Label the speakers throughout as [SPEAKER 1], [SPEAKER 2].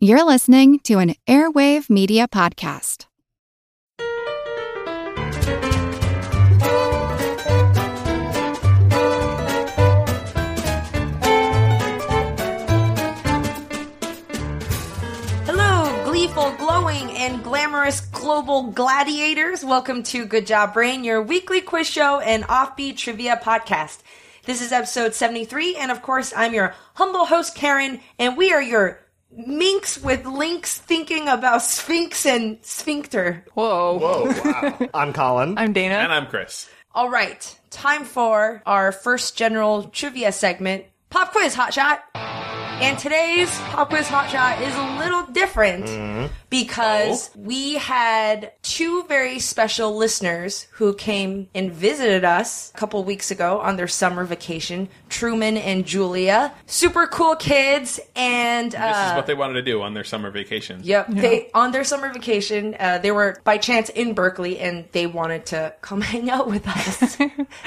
[SPEAKER 1] You're listening to an Airwave Media Podcast.
[SPEAKER 2] Hello, gleeful, glowing, and glamorous global gladiators. Welcome to Good Job Brain, your weekly quiz show and offbeat trivia podcast. This is episode 73, and of course, I'm your humble host, Karen, and we are your minx with links thinking about Sphinx and Sphincter.
[SPEAKER 3] Whoa.
[SPEAKER 4] Whoa, wow. I'm Colin.
[SPEAKER 3] I'm Dana.
[SPEAKER 5] And I'm Chris.
[SPEAKER 2] All right, time for our first general trivia segment Pop Quiz Hot Shot. And today's Pop Quiz Hot Shot is a little different
[SPEAKER 5] Mm-hmm.
[SPEAKER 2] because
[SPEAKER 5] Oh.
[SPEAKER 2] we had two very special listeners who came and visited us a couple weeks ago on their summer vacation Truman and Julia. Super cool kids. And uh,
[SPEAKER 5] This is what they wanted to do on their summer vacation.
[SPEAKER 2] Yep. They on their summer vacation, uh, they were by chance in Berkeley, and they wanted to come hang out with us.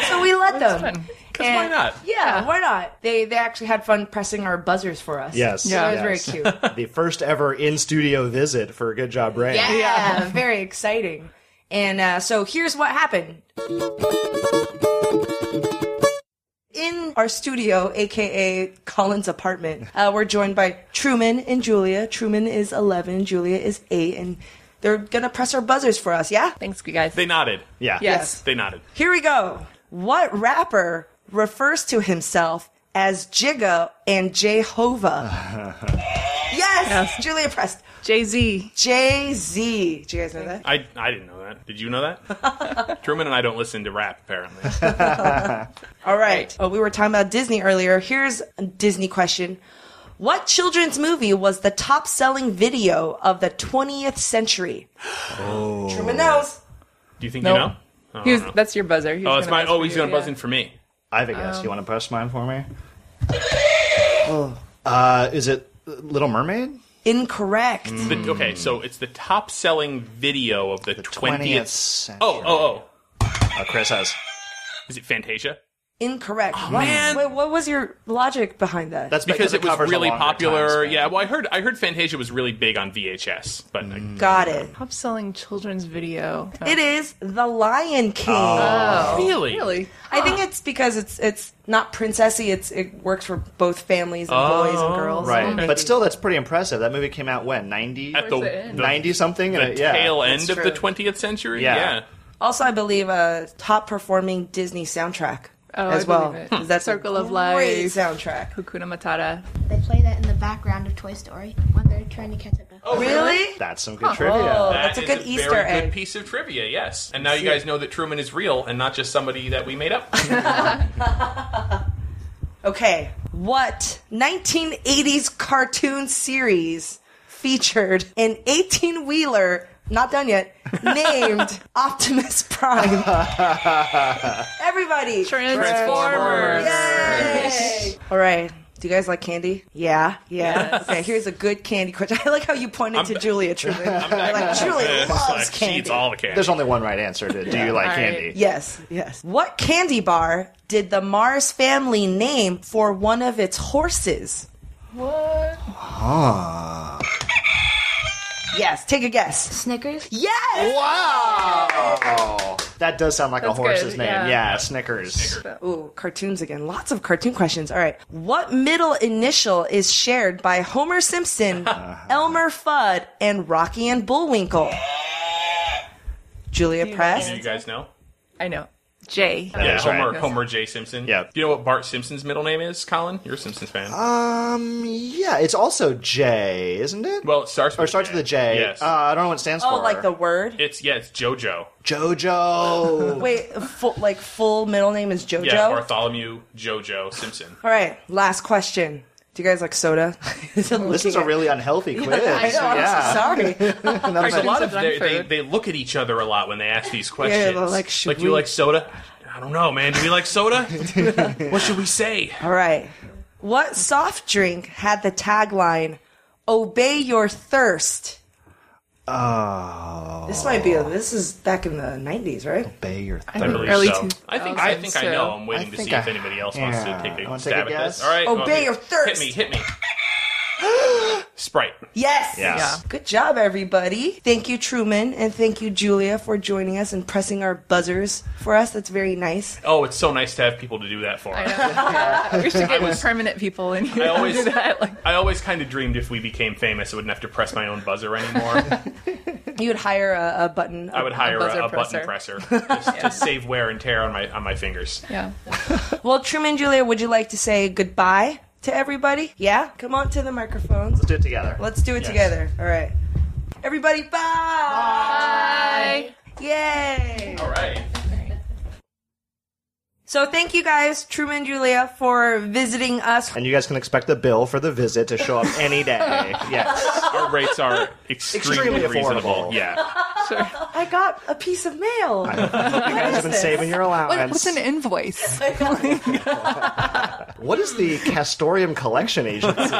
[SPEAKER 2] so we let them.
[SPEAKER 3] fun.
[SPEAKER 5] 'Cause why
[SPEAKER 2] And-
[SPEAKER 5] not?
[SPEAKER 2] Yeah, why not? They they actually had fun pressing our buzzers for us.
[SPEAKER 4] Yes.
[SPEAKER 2] so that
[SPEAKER 4] Yeah.
[SPEAKER 2] was very cute.
[SPEAKER 4] the first ever in studio visit for Good Job Brain.
[SPEAKER 2] yeah, very exciting. And uh, so here's what happened. In our studio, aka Colin's apartment, uh, we're joined by Truman and Julia. Truman is 11, Julia is 8, and they're gonna press our buzzers for us, yeah?
[SPEAKER 3] Thanks, you guys.
[SPEAKER 5] They nodded.
[SPEAKER 4] Yeah.
[SPEAKER 3] yes.
[SPEAKER 5] They nodded.
[SPEAKER 2] Here we go. What rapper refers to himself as Jigga and Jehovah? yes! Julia pressed.
[SPEAKER 3] Jay Z.
[SPEAKER 2] Jay Z. Do you guys know that?
[SPEAKER 5] I, I didn't know that. Did you know that? Truman and I don't listen to rap, apparently.
[SPEAKER 2] All right. Oh, we were talking about Disney earlier. Here's a Disney question. What children's movie was the top selling video of the 20th century?
[SPEAKER 4] Oh.
[SPEAKER 2] Truman knows.
[SPEAKER 5] Do you think
[SPEAKER 3] Nope.
[SPEAKER 5] you know? I don't
[SPEAKER 3] He was,
[SPEAKER 5] know.
[SPEAKER 3] that's your buzzer. He was
[SPEAKER 5] oh, it's
[SPEAKER 3] gonna
[SPEAKER 5] my.
[SPEAKER 3] buzz
[SPEAKER 5] Oh,
[SPEAKER 3] for
[SPEAKER 5] he's
[SPEAKER 3] you,
[SPEAKER 5] going to buzz
[SPEAKER 3] yeah.
[SPEAKER 5] in for me.
[SPEAKER 4] I have a guess.
[SPEAKER 3] Um,
[SPEAKER 4] you want to press mine for me?
[SPEAKER 3] Oh.
[SPEAKER 4] Uh, is it Little Mermaid?
[SPEAKER 2] Incorrect.
[SPEAKER 4] Mm. Hmm.
[SPEAKER 5] The- okay, so it's the top selling video of the,
[SPEAKER 4] 20th
[SPEAKER 5] 20th.
[SPEAKER 4] century.
[SPEAKER 5] Oh, oh, oh.
[SPEAKER 4] Uh, Chris has.
[SPEAKER 5] Is it Fantasia?
[SPEAKER 2] Incorrect. What-
[SPEAKER 5] man.
[SPEAKER 2] Wait, what was your logic behind that?
[SPEAKER 4] Oh, That's
[SPEAKER 5] Because
[SPEAKER 4] the
[SPEAKER 5] it was
[SPEAKER 4] cover's a
[SPEAKER 5] really
[SPEAKER 4] longer time
[SPEAKER 5] popular.
[SPEAKER 4] span.
[SPEAKER 5] yeah, well, I heard I heard Fantasia was really big on VHS, but like,
[SPEAKER 4] Hmm.
[SPEAKER 2] Got it.
[SPEAKER 3] Top selling children's video.
[SPEAKER 2] It is The Lion King.
[SPEAKER 4] Oh.
[SPEAKER 5] really?
[SPEAKER 3] Really?
[SPEAKER 2] I think it's because it's it's not princessy. It's it works for both families and boys and
[SPEAKER 5] Oh,
[SPEAKER 2] girls. Mm-hmm.
[SPEAKER 4] Right. But still, that's pretty impressive. That movie came out when? 90?
[SPEAKER 5] At the,
[SPEAKER 3] Towards the end.
[SPEAKER 5] the-
[SPEAKER 4] 90 something?
[SPEAKER 5] the
[SPEAKER 4] and it, yeah.
[SPEAKER 5] tail end
[SPEAKER 2] that's
[SPEAKER 5] of the
[SPEAKER 2] true.
[SPEAKER 5] 20th century?
[SPEAKER 4] Yeah.
[SPEAKER 2] Also, I believe a top performing Disney soundtrack
[SPEAKER 3] Oh, I
[SPEAKER 2] as well.
[SPEAKER 3] believe it.
[SPEAKER 2] 'cause That's a
[SPEAKER 3] Circle of
[SPEAKER 2] great
[SPEAKER 3] Life.
[SPEAKER 2] soundtrack.
[SPEAKER 3] Hakuna Matata.
[SPEAKER 6] They play that in the background of Toy Story when they're trying to catch up to. Oh,
[SPEAKER 2] Really?
[SPEAKER 4] That's some good trivia.
[SPEAKER 3] Oh.
[SPEAKER 2] That- Oh, That's a
[SPEAKER 5] is
[SPEAKER 2] good
[SPEAKER 5] very
[SPEAKER 2] Easter
[SPEAKER 5] good
[SPEAKER 2] egg.
[SPEAKER 5] piece of trivia, yes. And now you guys know that Truman is real and not just somebody that we made up.
[SPEAKER 2] Okay. What 1980s cartoon series featured an 18 wheeler, not done yet, named Optimus Prime? Everybody.
[SPEAKER 3] Transformers.
[SPEAKER 2] Yay! All right. Do you guys like candy? Yeah, yeah. Okay, here's a good candy question. I like how you pointed to Julia Truman. You're like Julia
[SPEAKER 5] It's
[SPEAKER 2] loves
[SPEAKER 5] like, She
[SPEAKER 2] candy.
[SPEAKER 5] eats all the candy.
[SPEAKER 4] There's only one right answer to Do You
[SPEAKER 3] All
[SPEAKER 4] Like
[SPEAKER 3] right.
[SPEAKER 4] Candy?
[SPEAKER 2] yes, yes. What candy bar did the Mars family name for one of its horses?
[SPEAKER 3] What?
[SPEAKER 2] Yes, take a guess.
[SPEAKER 6] Snickers.
[SPEAKER 2] Yes.
[SPEAKER 5] Oh!
[SPEAKER 4] Wow! That does sound like
[SPEAKER 3] That's
[SPEAKER 4] a horse's
[SPEAKER 3] good,
[SPEAKER 4] name.
[SPEAKER 3] yeah.
[SPEAKER 4] Yeah, Snickers.
[SPEAKER 2] Ooh, cartoons again. Lots of cartoon questions. All right. What middle initial is shared by Homer Simpson, Elmer Fudd, and Rocky and Bullwinkle? Julia Press.
[SPEAKER 5] Do you guys know?
[SPEAKER 3] I know. Jay.
[SPEAKER 4] Yeah, that's
[SPEAKER 5] Homer,
[SPEAKER 4] right.
[SPEAKER 5] Homer J. Simpson.
[SPEAKER 4] Yeah.
[SPEAKER 5] Do you know what Bart Simpson's middle name is, Colin? You're a Simpsons fan.
[SPEAKER 2] Uh,
[SPEAKER 4] Um, yeah, it's also J, isn't it?
[SPEAKER 5] well, it starts with
[SPEAKER 4] or it starts with a J.
[SPEAKER 5] Yes.
[SPEAKER 4] Uh, I don't know what it stands
[SPEAKER 2] Oh,
[SPEAKER 4] for.
[SPEAKER 2] like the word.
[SPEAKER 5] it's yeah, it's JoJo.
[SPEAKER 4] JoJo.
[SPEAKER 2] Wait, full, like full middle name is JoJo.
[SPEAKER 5] Yeah, Bartholomew JoJo Simpson.
[SPEAKER 2] All right. Last question. Do you guys like soda?
[SPEAKER 4] this is a really unhealthy quiz.
[SPEAKER 2] I know. I'm
[SPEAKER 4] yeah.
[SPEAKER 2] so sorry.
[SPEAKER 4] Another
[SPEAKER 5] There's a
[SPEAKER 4] thing-
[SPEAKER 5] lot of
[SPEAKER 3] Simpsons
[SPEAKER 5] they,
[SPEAKER 3] on
[SPEAKER 5] they,
[SPEAKER 3] food.
[SPEAKER 5] they look at each other a lot when they ask these questions.
[SPEAKER 2] they're like, should
[SPEAKER 5] do you
[SPEAKER 2] we-
[SPEAKER 5] like soda? I don't know, man. Do we like soda? what should we say?
[SPEAKER 2] All right. What soft drink had the tagline "Obey your thirst"?
[SPEAKER 4] Oh,
[SPEAKER 2] This might be. A, this is back in the '90s, right?
[SPEAKER 4] obey your
[SPEAKER 5] I
[SPEAKER 4] thirst.
[SPEAKER 5] believe
[SPEAKER 3] Early
[SPEAKER 5] so.
[SPEAKER 3] two-
[SPEAKER 5] I think
[SPEAKER 3] oh,
[SPEAKER 5] I
[SPEAKER 3] okay,
[SPEAKER 5] think
[SPEAKER 3] so-
[SPEAKER 5] I know. I'm waiting
[SPEAKER 4] I
[SPEAKER 5] to
[SPEAKER 4] think
[SPEAKER 5] see if
[SPEAKER 4] I-
[SPEAKER 5] anybody else wants
[SPEAKER 4] yeah.
[SPEAKER 5] to take a
[SPEAKER 4] Wanna take a
[SPEAKER 3] Oh,
[SPEAKER 5] stab at
[SPEAKER 4] guess?
[SPEAKER 5] this. All right,
[SPEAKER 2] Obey
[SPEAKER 5] well,
[SPEAKER 2] your
[SPEAKER 5] hit-
[SPEAKER 2] thirst.
[SPEAKER 5] Hit me, hit me. Sprite.
[SPEAKER 2] Yes.
[SPEAKER 4] Yes.
[SPEAKER 3] Yeah.
[SPEAKER 2] Good job, everybody. Thank you, Truman, and thank you, Julia, for joining us and pressing our buzzers for us. That's very nice.
[SPEAKER 5] Oh, it's so nice to have people to do that for
[SPEAKER 3] I
[SPEAKER 5] us.
[SPEAKER 3] know. we should get permanent people in here.
[SPEAKER 5] I
[SPEAKER 3] to
[SPEAKER 5] always-
[SPEAKER 3] do that. Like,
[SPEAKER 5] I always kind of dreamed if we became famous, I wouldn't have to press my own buzzer anymore.
[SPEAKER 2] You would hire a, a button.
[SPEAKER 5] I would hire
[SPEAKER 3] buzzer
[SPEAKER 5] a, a button presser just to save wear and tear on my on my fingers.
[SPEAKER 3] yeah.
[SPEAKER 2] Well, Truman, Julia, would you like to say goodbye to everybody? Yeah. Come on to the microphones.
[SPEAKER 4] Let's do it together.
[SPEAKER 2] Let's do it
[SPEAKER 5] Yes.
[SPEAKER 2] together. All right. Everybody, bye. Bye. Yay.
[SPEAKER 5] All right.
[SPEAKER 2] So thank you guys, Truman and Julia, for visiting us.
[SPEAKER 4] And you guys can expect the bill for the visit to show up any day. yes.
[SPEAKER 5] Our rates are extremely,
[SPEAKER 4] Extremely affordable.
[SPEAKER 5] reasonable. Yeah.
[SPEAKER 2] I got a piece of mail.
[SPEAKER 4] You guys have been
[SPEAKER 2] this?
[SPEAKER 4] saving your
[SPEAKER 3] What,
[SPEAKER 4] allowance.
[SPEAKER 3] what's an invoice?
[SPEAKER 4] what is the Castorium Collection Agency?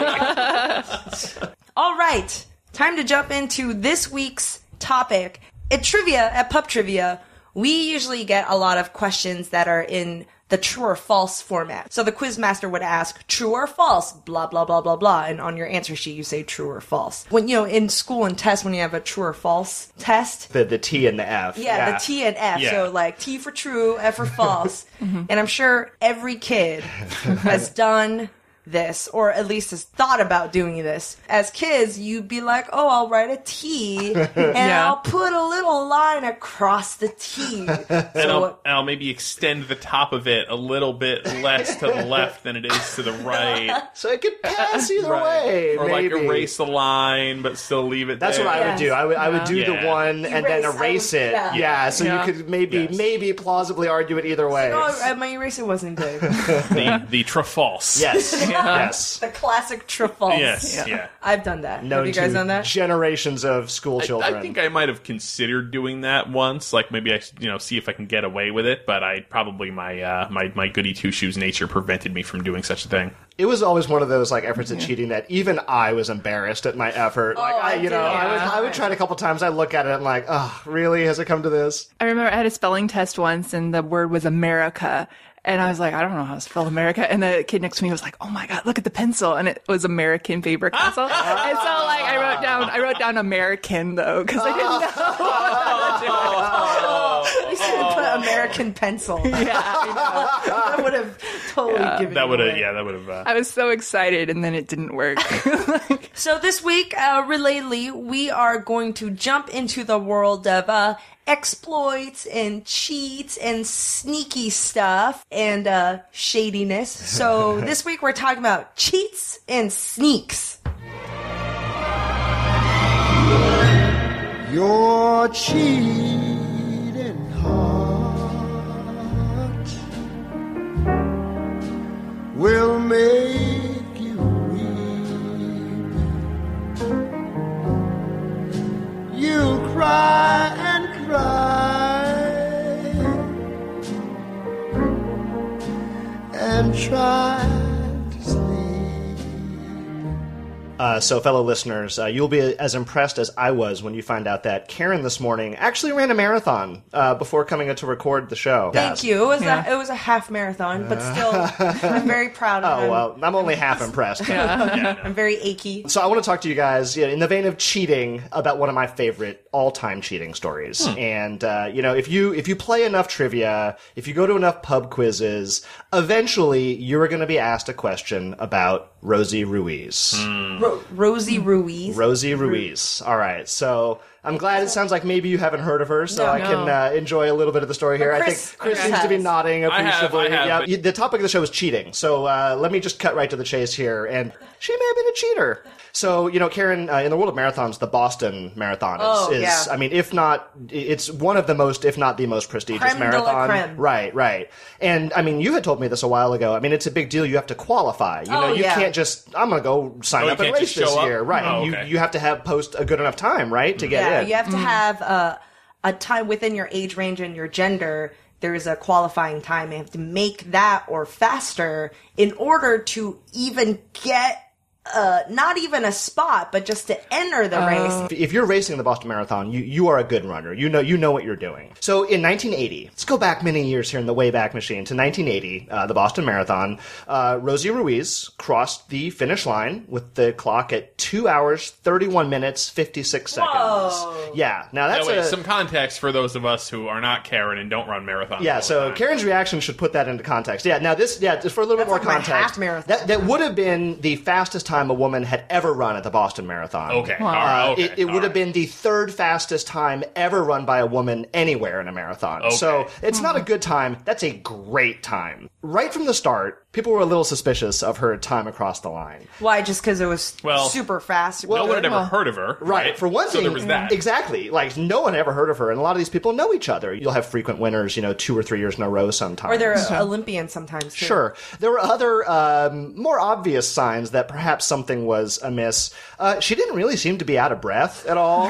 [SPEAKER 2] All right, time to jump into this week's topic. At trivia, at pub trivia, we usually get a lot of questions that are in the true or false format. So the quiz master would ask true or false, blah, blah, blah, blah, blah. And on your answer sheet, you say true or false. When, you know, in school and tests, when you have a true or false test,
[SPEAKER 4] the, the T and the F.
[SPEAKER 2] yeah, the T and F.
[SPEAKER 5] Yeah. Mm-hmm.
[SPEAKER 2] So like T for true, F for false. And I'm sure every kid has done this or at least has thought about doing this. As kids, you'd be like, "Oh, I'll write a T and
[SPEAKER 3] Yeah.
[SPEAKER 2] I'll put a little line across the T."
[SPEAKER 5] And
[SPEAKER 2] So
[SPEAKER 5] I'll, and I'll maybe extend the top of it a little bit less to the left than it is to the right.
[SPEAKER 4] So it could pass either
[SPEAKER 5] Right.
[SPEAKER 4] way.
[SPEAKER 5] or
[SPEAKER 4] maybe.
[SPEAKER 5] like erase the line, but still leave it.
[SPEAKER 4] That's
[SPEAKER 5] there.
[SPEAKER 4] what I would do. I would I would do the
[SPEAKER 5] Yeah.
[SPEAKER 4] one and then
[SPEAKER 2] Erase, I
[SPEAKER 4] erase
[SPEAKER 2] would-
[SPEAKER 4] it.
[SPEAKER 2] yeah.
[SPEAKER 4] Yeah. so
[SPEAKER 3] Yeah.
[SPEAKER 4] you could maybe
[SPEAKER 5] Yes.
[SPEAKER 4] maybe plausibly argue it either way.
[SPEAKER 2] oh, my eraser wasn't good.
[SPEAKER 5] The, the trafalse.
[SPEAKER 4] yes. Yes.
[SPEAKER 2] the classic true false.
[SPEAKER 5] Yes. Yeah.
[SPEAKER 2] I've done that.
[SPEAKER 4] Known
[SPEAKER 2] Have you guys
[SPEAKER 4] to
[SPEAKER 2] done that?
[SPEAKER 4] generations of school children.
[SPEAKER 5] I think I might have considered doing that once, like maybe I, should, you know, see if I can get away with it. But I probably my uh, my my goody two shoes nature prevented me from doing such a thing.
[SPEAKER 4] it was always one of those like efforts at cheating that even I was embarrassed at my effort. like
[SPEAKER 2] Oh, I
[SPEAKER 4] I, you know,
[SPEAKER 2] did.
[SPEAKER 4] I would
[SPEAKER 3] Yeah.
[SPEAKER 4] I would try it a couple times. I look at it, I'm like, oh, really? Has it come to this?
[SPEAKER 3] I remember I had a spelling test once and the word was America. And I was like, I don't know how to spell America. And the kid next to me was like, Oh my God, look at the pencil. And it was American paper pencil. and so like I wrote down, I wrote down American though, because I didn't know.
[SPEAKER 2] You should have
[SPEAKER 5] Oh.
[SPEAKER 2] put American pencil.
[SPEAKER 3] Yeah, I, know.
[SPEAKER 2] that would have totally given.
[SPEAKER 5] That
[SPEAKER 2] it
[SPEAKER 5] would have,
[SPEAKER 2] away.
[SPEAKER 5] yeah, that would have. Uh,
[SPEAKER 3] I was so excited and then it didn't work.
[SPEAKER 2] So this week, uh, relatedly, we are going to jump into the world of uh, exploits and cheats and sneaky stuff and uh, shadiness. So this week we're talking about cheats and sneaks.
[SPEAKER 7] Your cheating heart will make you weep. You'll cry and cry and try to sleep.
[SPEAKER 4] Uh, so, fellow listeners, uh, you'll be as impressed as I was when you find out that Karen this morning actually ran a marathon uh, before coming in to record the show.
[SPEAKER 2] Thank you. It was a, it was a half marathon, but still, I'm very proud of it.
[SPEAKER 4] Oh well, I'm only half impressed.
[SPEAKER 2] I'm very achy.
[SPEAKER 4] So I want to talk to you guys you know, in the vein of cheating about one of my favorite all-time cheating stories. And uh, you know, if you if you play enough trivia, if you go to enough pub quizzes, eventually you're going to be asked a question about Rosie Ruiz.
[SPEAKER 2] Ro- Rosie Ruiz.
[SPEAKER 4] Rosie Ruiz. All right. So I'm glad it sounds like maybe you haven't heard of her, so
[SPEAKER 2] No.
[SPEAKER 4] I can uh, enjoy a little bit of the story here. I
[SPEAKER 2] Chris-
[SPEAKER 4] think Chris
[SPEAKER 2] Chris
[SPEAKER 4] seems to be
[SPEAKER 2] has.
[SPEAKER 4] nodding
[SPEAKER 5] have, I
[SPEAKER 4] appreciably.
[SPEAKER 5] have,
[SPEAKER 4] yeah,
[SPEAKER 5] but-
[SPEAKER 4] you- the topic of the show is cheating, so uh, let me just cut right to the chase here. And she may have been a cheater. So you know, Karen, uh, in the world of marathons, the Boston Marathon is,
[SPEAKER 2] Oh,
[SPEAKER 4] is
[SPEAKER 2] yeah.
[SPEAKER 4] I mean, if not, it's one of the most, if not the most prestigious
[SPEAKER 2] Creme de la
[SPEAKER 4] marathon.
[SPEAKER 2] creme.
[SPEAKER 4] Right, right. And I mean, you had told me this a while ago. I mean, it's a big deal. You have to qualify. You
[SPEAKER 2] Oh,
[SPEAKER 4] know, you
[SPEAKER 2] yeah.
[SPEAKER 4] can't just I'm gonna go sign
[SPEAKER 5] Oh, you
[SPEAKER 4] up and
[SPEAKER 5] can't
[SPEAKER 4] race
[SPEAKER 5] just
[SPEAKER 4] this
[SPEAKER 5] show up?
[SPEAKER 4] year, right?
[SPEAKER 5] Oh, okay.
[SPEAKER 4] You you have to have post a good enough time, right, to get
[SPEAKER 2] Yeah,
[SPEAKER 4] in.
[SPEAKER 2] you have to have a, a time within your age range and your gender. There is a qualifying time. and You have to make that or faster in order to even get uh, not even a spot, but just to enter the race.
[SPEAKER 4] If- if you're racing the Boston Marathon, you, you are a good runner. You know you know what you're doing. So in 1980, let's go back many years here in the Wayback Machine to 1980, uh, the Boston Marathon. Uh, Rosie Ruiz crossed the finish line with the clock at two hours 31 minutes 56 seconds. Yeah, now
[SPEAKER 5] By
[SPEAKER 4] that's
[SPEAKER 5] the way,
[SPEAKER 4] a,
[SPEAKER 5] some context for those of us who are not Karen and don't run marathons. all
[SPEAKER 4] Yeah,
[SPEAKER 5] the
[SPEAKER 4] so
[SPEAKER 5] time.
[SPEAKER 4] Karen's reaction should put that into context. Yeah, now this, yeah, just for a little bit more
[SPEAKER 2] That's like my
[SPEAKER 4] context,
[SPEAKER 2] half marathon.
[SPEAKER 4] that that would have been the fastest time a woman had ever run at the Boston Marathon.
[SPEAKER 5] Okay, all right,
[SPEAKER 4] Uh,
[SPEAKER 5] okay,
[SPEAKER 4] it, it
[SPEAKER 5] all
[SPEAKER 4] would have
[SPEAKER 5] right.
[SPEAKER 4] been the third fastest time ever run by a woman anywhere in a marathon. So it's not a good time. That's a great time. Right from the start, people were a little suspicious of her time across the line.
[SPEAKER 2] Why? Just because it was
[SPEAKER 5] Well-
[SPEAKER 2] super fast.
[SPEAKER 5] No one had ever heard of her, right?
[SPEAKER 4] Right. For one
[SPEAKER 5] so
[SPEAKER 4] thing,
[SPEAKER 5] there was that.
[SPEAKER 4] exactly. Like no one ever heard of her, and a lot of these people know each other. You'll have frequent winners, you know, two or three years in a row sometimes.
[SPEAKER 2] or they're Olympian sometimes. Too.
[SPEAKER 4] Sure. There were other, um, more obvious signs that perhaps something was amiss. Uh, she didn't really seem to be out of breath at all.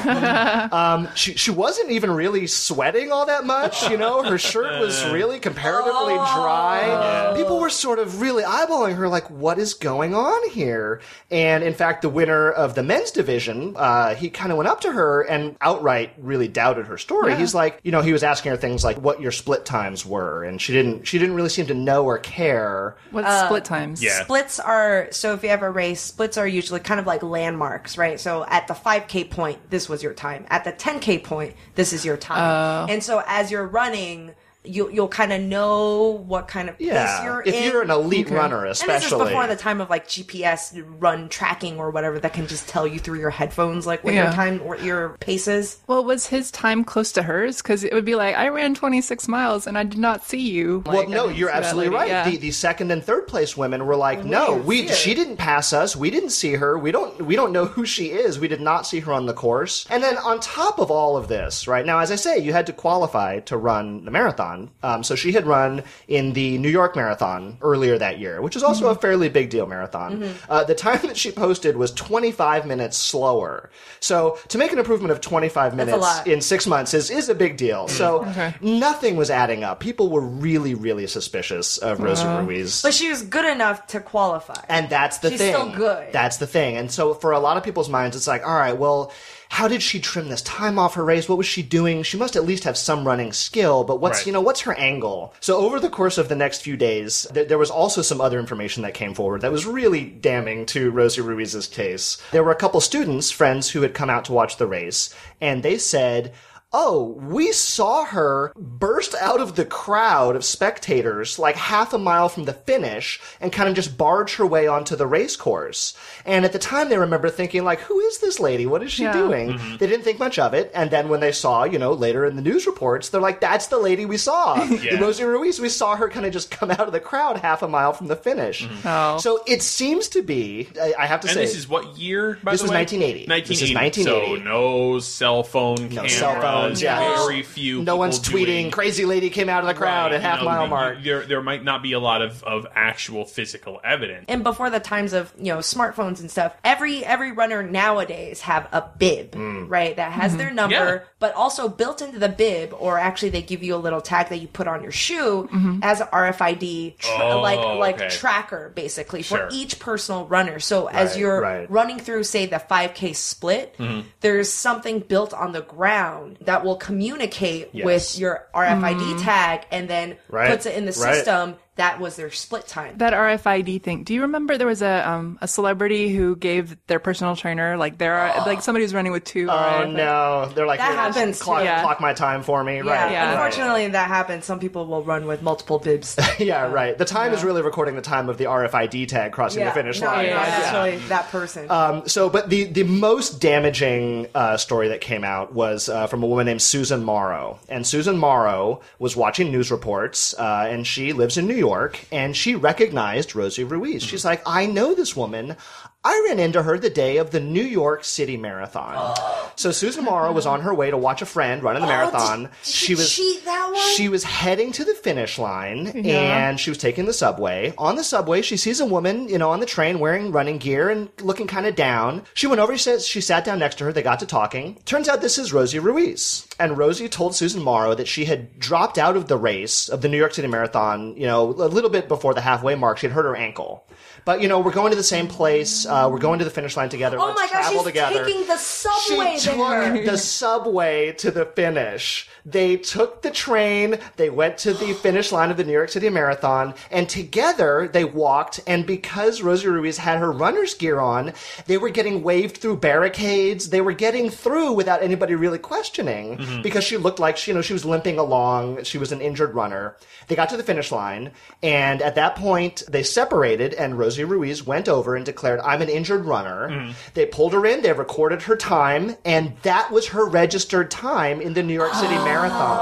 [SPEAKER 4] um, she, she wasn't even really sweating all that much, you know? Her shirt was really comparatively
[SPEAKER 2] Oh.
[SPEAKER 4] dry. People were sort of really eyeballing her, like, what is going on here? And in fact, the winner of the men's division, uh, he kind of went up to her and outright really doubted her story. He's like, you know, he was asking her things like what your split times were, and she didn't, she didn't really seem to know or care.
[SPEAKER 3] What's split times?
[SPEAKER 5] Yeah.
[SPEAKER 2] Splits are so if you have a race, splits are usually kind of like landmarks, right? So at the 5k point, this was your time. At the 10k point, this is your time. and so as you're running, you you'll kind of know what kind of pace
[SPEAKER 4] Yeah,
[SPEAKER 2] you're
[SPEAKER 4] if
[SPEAKER 2] in.
[SPEAKER 4] you're an elite runner,
[SPEAKER 2] and this is
[SPEAKER 4] especially.
[SPEAKER 2] before the time of like GPS run tracking or whatever that can just tell you through your headphones like what your
[SPEAKER 3] Yeah.
[SPEAKER 2] time or your pace is.
[SPEAKER 3] Well, was his time close to hers? Because it would be like I ran 26 miles and I did not see you.
[SPEAKER 4] Well,
[SPEAKER 3] Like, I
[SPEAKER 4] no,
[SPEAKER 3] didn't
[SPEAKER 4] you're
[SPEAKER 3] see that
[SPEAKER 4] absolutely
[SPEAKER 3] lady.
[SPEAKER 4] right.
[SPEAKER 3] Yeah.
[SPEAKER 4] The, the second and third place women were like, no,
[SPEAKER 2] didn't
[SPEAKER 4] we
[SPEAKER 2] see her."
[SPEAKER 4] she didn't pass us. We didn't see her. We don't we don't know who she is. We did not see her on the course. And then on top of all of this, right now, as I say, you had to qualify to run the marathon. Um, so she had run in the New York Marathon earlier that year, which is also a fairly big deal marathon. Uh, the time that she posted was 25 minutes slower. So to make an improvement of 25 minutes
[SPEAKER 2] lot.
[SPEAKER 4] in six months is is a big deal. So nothing was adding up. People were really, really suspicious of Rosa Ruiz.
[SPEAKER 2] But she was good enough to qualify.
[SPEAKER 4] and that's the
[SPEAKER 2] she's
[SPEAKER 4] thing.
[SPEAKER 2] still good.
[SPEAKER 4] That's the thing. And so for a lot of people's minds, it's like, all right, well, how did she trim this time off her race? What was she doing? She must at least have some running skill, but what's
[SPEAKER 5] Right.
[SPEAKER 4] you know what's her angle? So over the course of the next few days, th- there was also some other information that came forward that was really damning to Rosie Ruiz's case. There were a couple students, friends who had come out to watch the race, and they said. Oh, we saw her burst out of the crowd of spectators like half a mile from the finish and kind of just barge her way onto the race course. And at the time they remember thinking like, who is this lady? What is she
[SPEAKER 3] Yeah.
[SPEAKER 4] doing?
[SPEAKER 5] Mm-hmm.
[SPEAKER 4] They didn't think much of it. And then when they saw, you know, later in the news reports, they're like, that's the lady we saw. Rosie Ruiz, we saw her kind of just come out of the crowd half a mile from the finish.
[SPEAKER 3] Oh.
[SPEAKER 4] So it seems to be, I, I have to
[SPEAKER 5] Mm-hmm. And
[SPEAKER 4] say.
[SPEAKER 5] this is what year? By
[SPEAKER 4] This
[SPEAKER 5] the
[SPEAKER 4] was
[SPEAKER 5] way?
[SPEAKER 4] 1980. This is
[SPEAKER 5] 1980. So
[SPEAKER 4] 1980.
[SPEAKER 5] no cell phone
[SPEAKER 4] no
[SPEAKER 5] cameras.
[SPEAKER 4] cell phones, yeah.
[SPEAKER 5] Very few.
[SPEAKER 4] No one's
[SPEAKER 5] people
[SPEAKER 4] tweeting.
[SPEAKER 5] doing-
[SPEAKER 4] Crazy lady came out of the crowd
[SPEAKER 5] Right,
[SPEAKER 4] at half
[SPEAKER 5] you know,
[SPEAKER 4] mile
[SPEAKER 5] you-
[SPEAKER 4] mark.
[SPEAKER 5] There, there might not be a lot of, of actual physical evidence.
[SPEAKER 2] and before the times of you know smartphones and stuff every every runner nowadays have a bib
[SPEAKER 4] Mm.
[SPEAKER 2] right that has their number
[SPEAKER 5] Yeah.
[SPEAKER 2] but also built into the bib or actually they give you a little tag that you put on your shoe as a rfid tra-
[SPEAKER 5] Oh,
[SPEAKER 2] like like
[SPEAKER 5] okay.
[SPEAKER 2] tracker basically
[SPEAKER 5] Sure.
[SPEAKER 2] for each personal runner so as
[SPEAKER 4] Right,
[SPEAKER 2] you're
[SPEAKER 4] right. Mm-hmm.
[SPEAKER 2] running through say the 5k split there's something built on the ground that will communicate
[SPEAKER 4] Yes.
[SPEAKER 2] with your rfid tag and then
[SPEAKER 4] Right,
[SPEAKER 2] puts it in the
[SPEAKER 4] right.
[SPEAKER 2] system that was their split time
[SPEAKER 3] that RFID thing. Do you remember there was a um, a celebrity who gave their personal trainer like there are like somebody who's running with two.
[SPEAKER 4] Oh
[SPEAKER 3] RFID.
[SPEAKER 4] no! They're like,
[SPEAKER 2] That
[SPEAKER 4] "Here,
[SPEAKER 2] happens,
[SPEAKER 4] Clock,
[SPEAKER 2] too.
[SPEAKER 3] Yeah.
[SPEAKER 4] clock my time for
[SPEAKER 2] Yeah,
[SPEAKER 4] me, right?
[SPEAKER 3] Yeah.
[SPEAKER 2] unfortunately that happens. Some people will run with multiple bibs.
[SPEAKER 4] Yeah, right. The time is really recording the time of the RFID tag crossing the finish
[SPEAKER 2] not,
[SPEAKER 4] line.
[SPEAKER 2] not
[SPEAKER 4] right?
[SPEAKER 2] necessarily that person.
[SPEAKER 4] Um, so, but the the most damaging uh, story that came out was uh, from a woman named Susan Morrow, and Susan Morrow was watching news reports, uh, and she lives in New York, and she recognized Rosie Ruiz. She's like, I know this woman. I ran into her the day of the New York City Marathon. So Susan Morrow was on her way to watch a friend running the marathon. she was
[SPEAKER 2] Oh, cheat that one?
[SPEAKER 4] she was heading to the finish line and she was taking the subway. On the subway, she sees a woman, you know, on the train wearing running gear and looking kind of down. She went over, she, says, she sat down next to her, they got to talking. Turns out this is Rosie Ruiz. And Rosie told Susan Morrow that she had dropped out of the race of the New York City Marathon, you know, a little bit before the halfway mark. She had hurt her ankle. But, you know, we're going to the same place. Uh, we're going to the finish line together.
[SPEAKER 2] Oh
[SPEAKER 4] Let's
[SPEAKER 2] my gosh,
[SPEAKER 4] travel
[SPEAKER 2] she's
[SPEAKER 4] together.
[SPEAKER 2] taking the subway
[SPEAKER 4] she
[SPEAKER 2] there.
[SPEAKER 4] took the subway to the finish. They took the train. They went to the finish line of the New York City Marathon, and together they walked. And because Rosie Ruiz had her runner's gear on, they were getting waved through barricades. They were getting through without anybody really questioning Mm-hmm. because she looked like she, you know, she was limping along. She was an injured runner. They got to the finish line, and at that point they separated. And Rosie Ruiz went over and declared, "I'm an injured runner." They pulled her in. They recorded her time, and that was her registered time in the New York City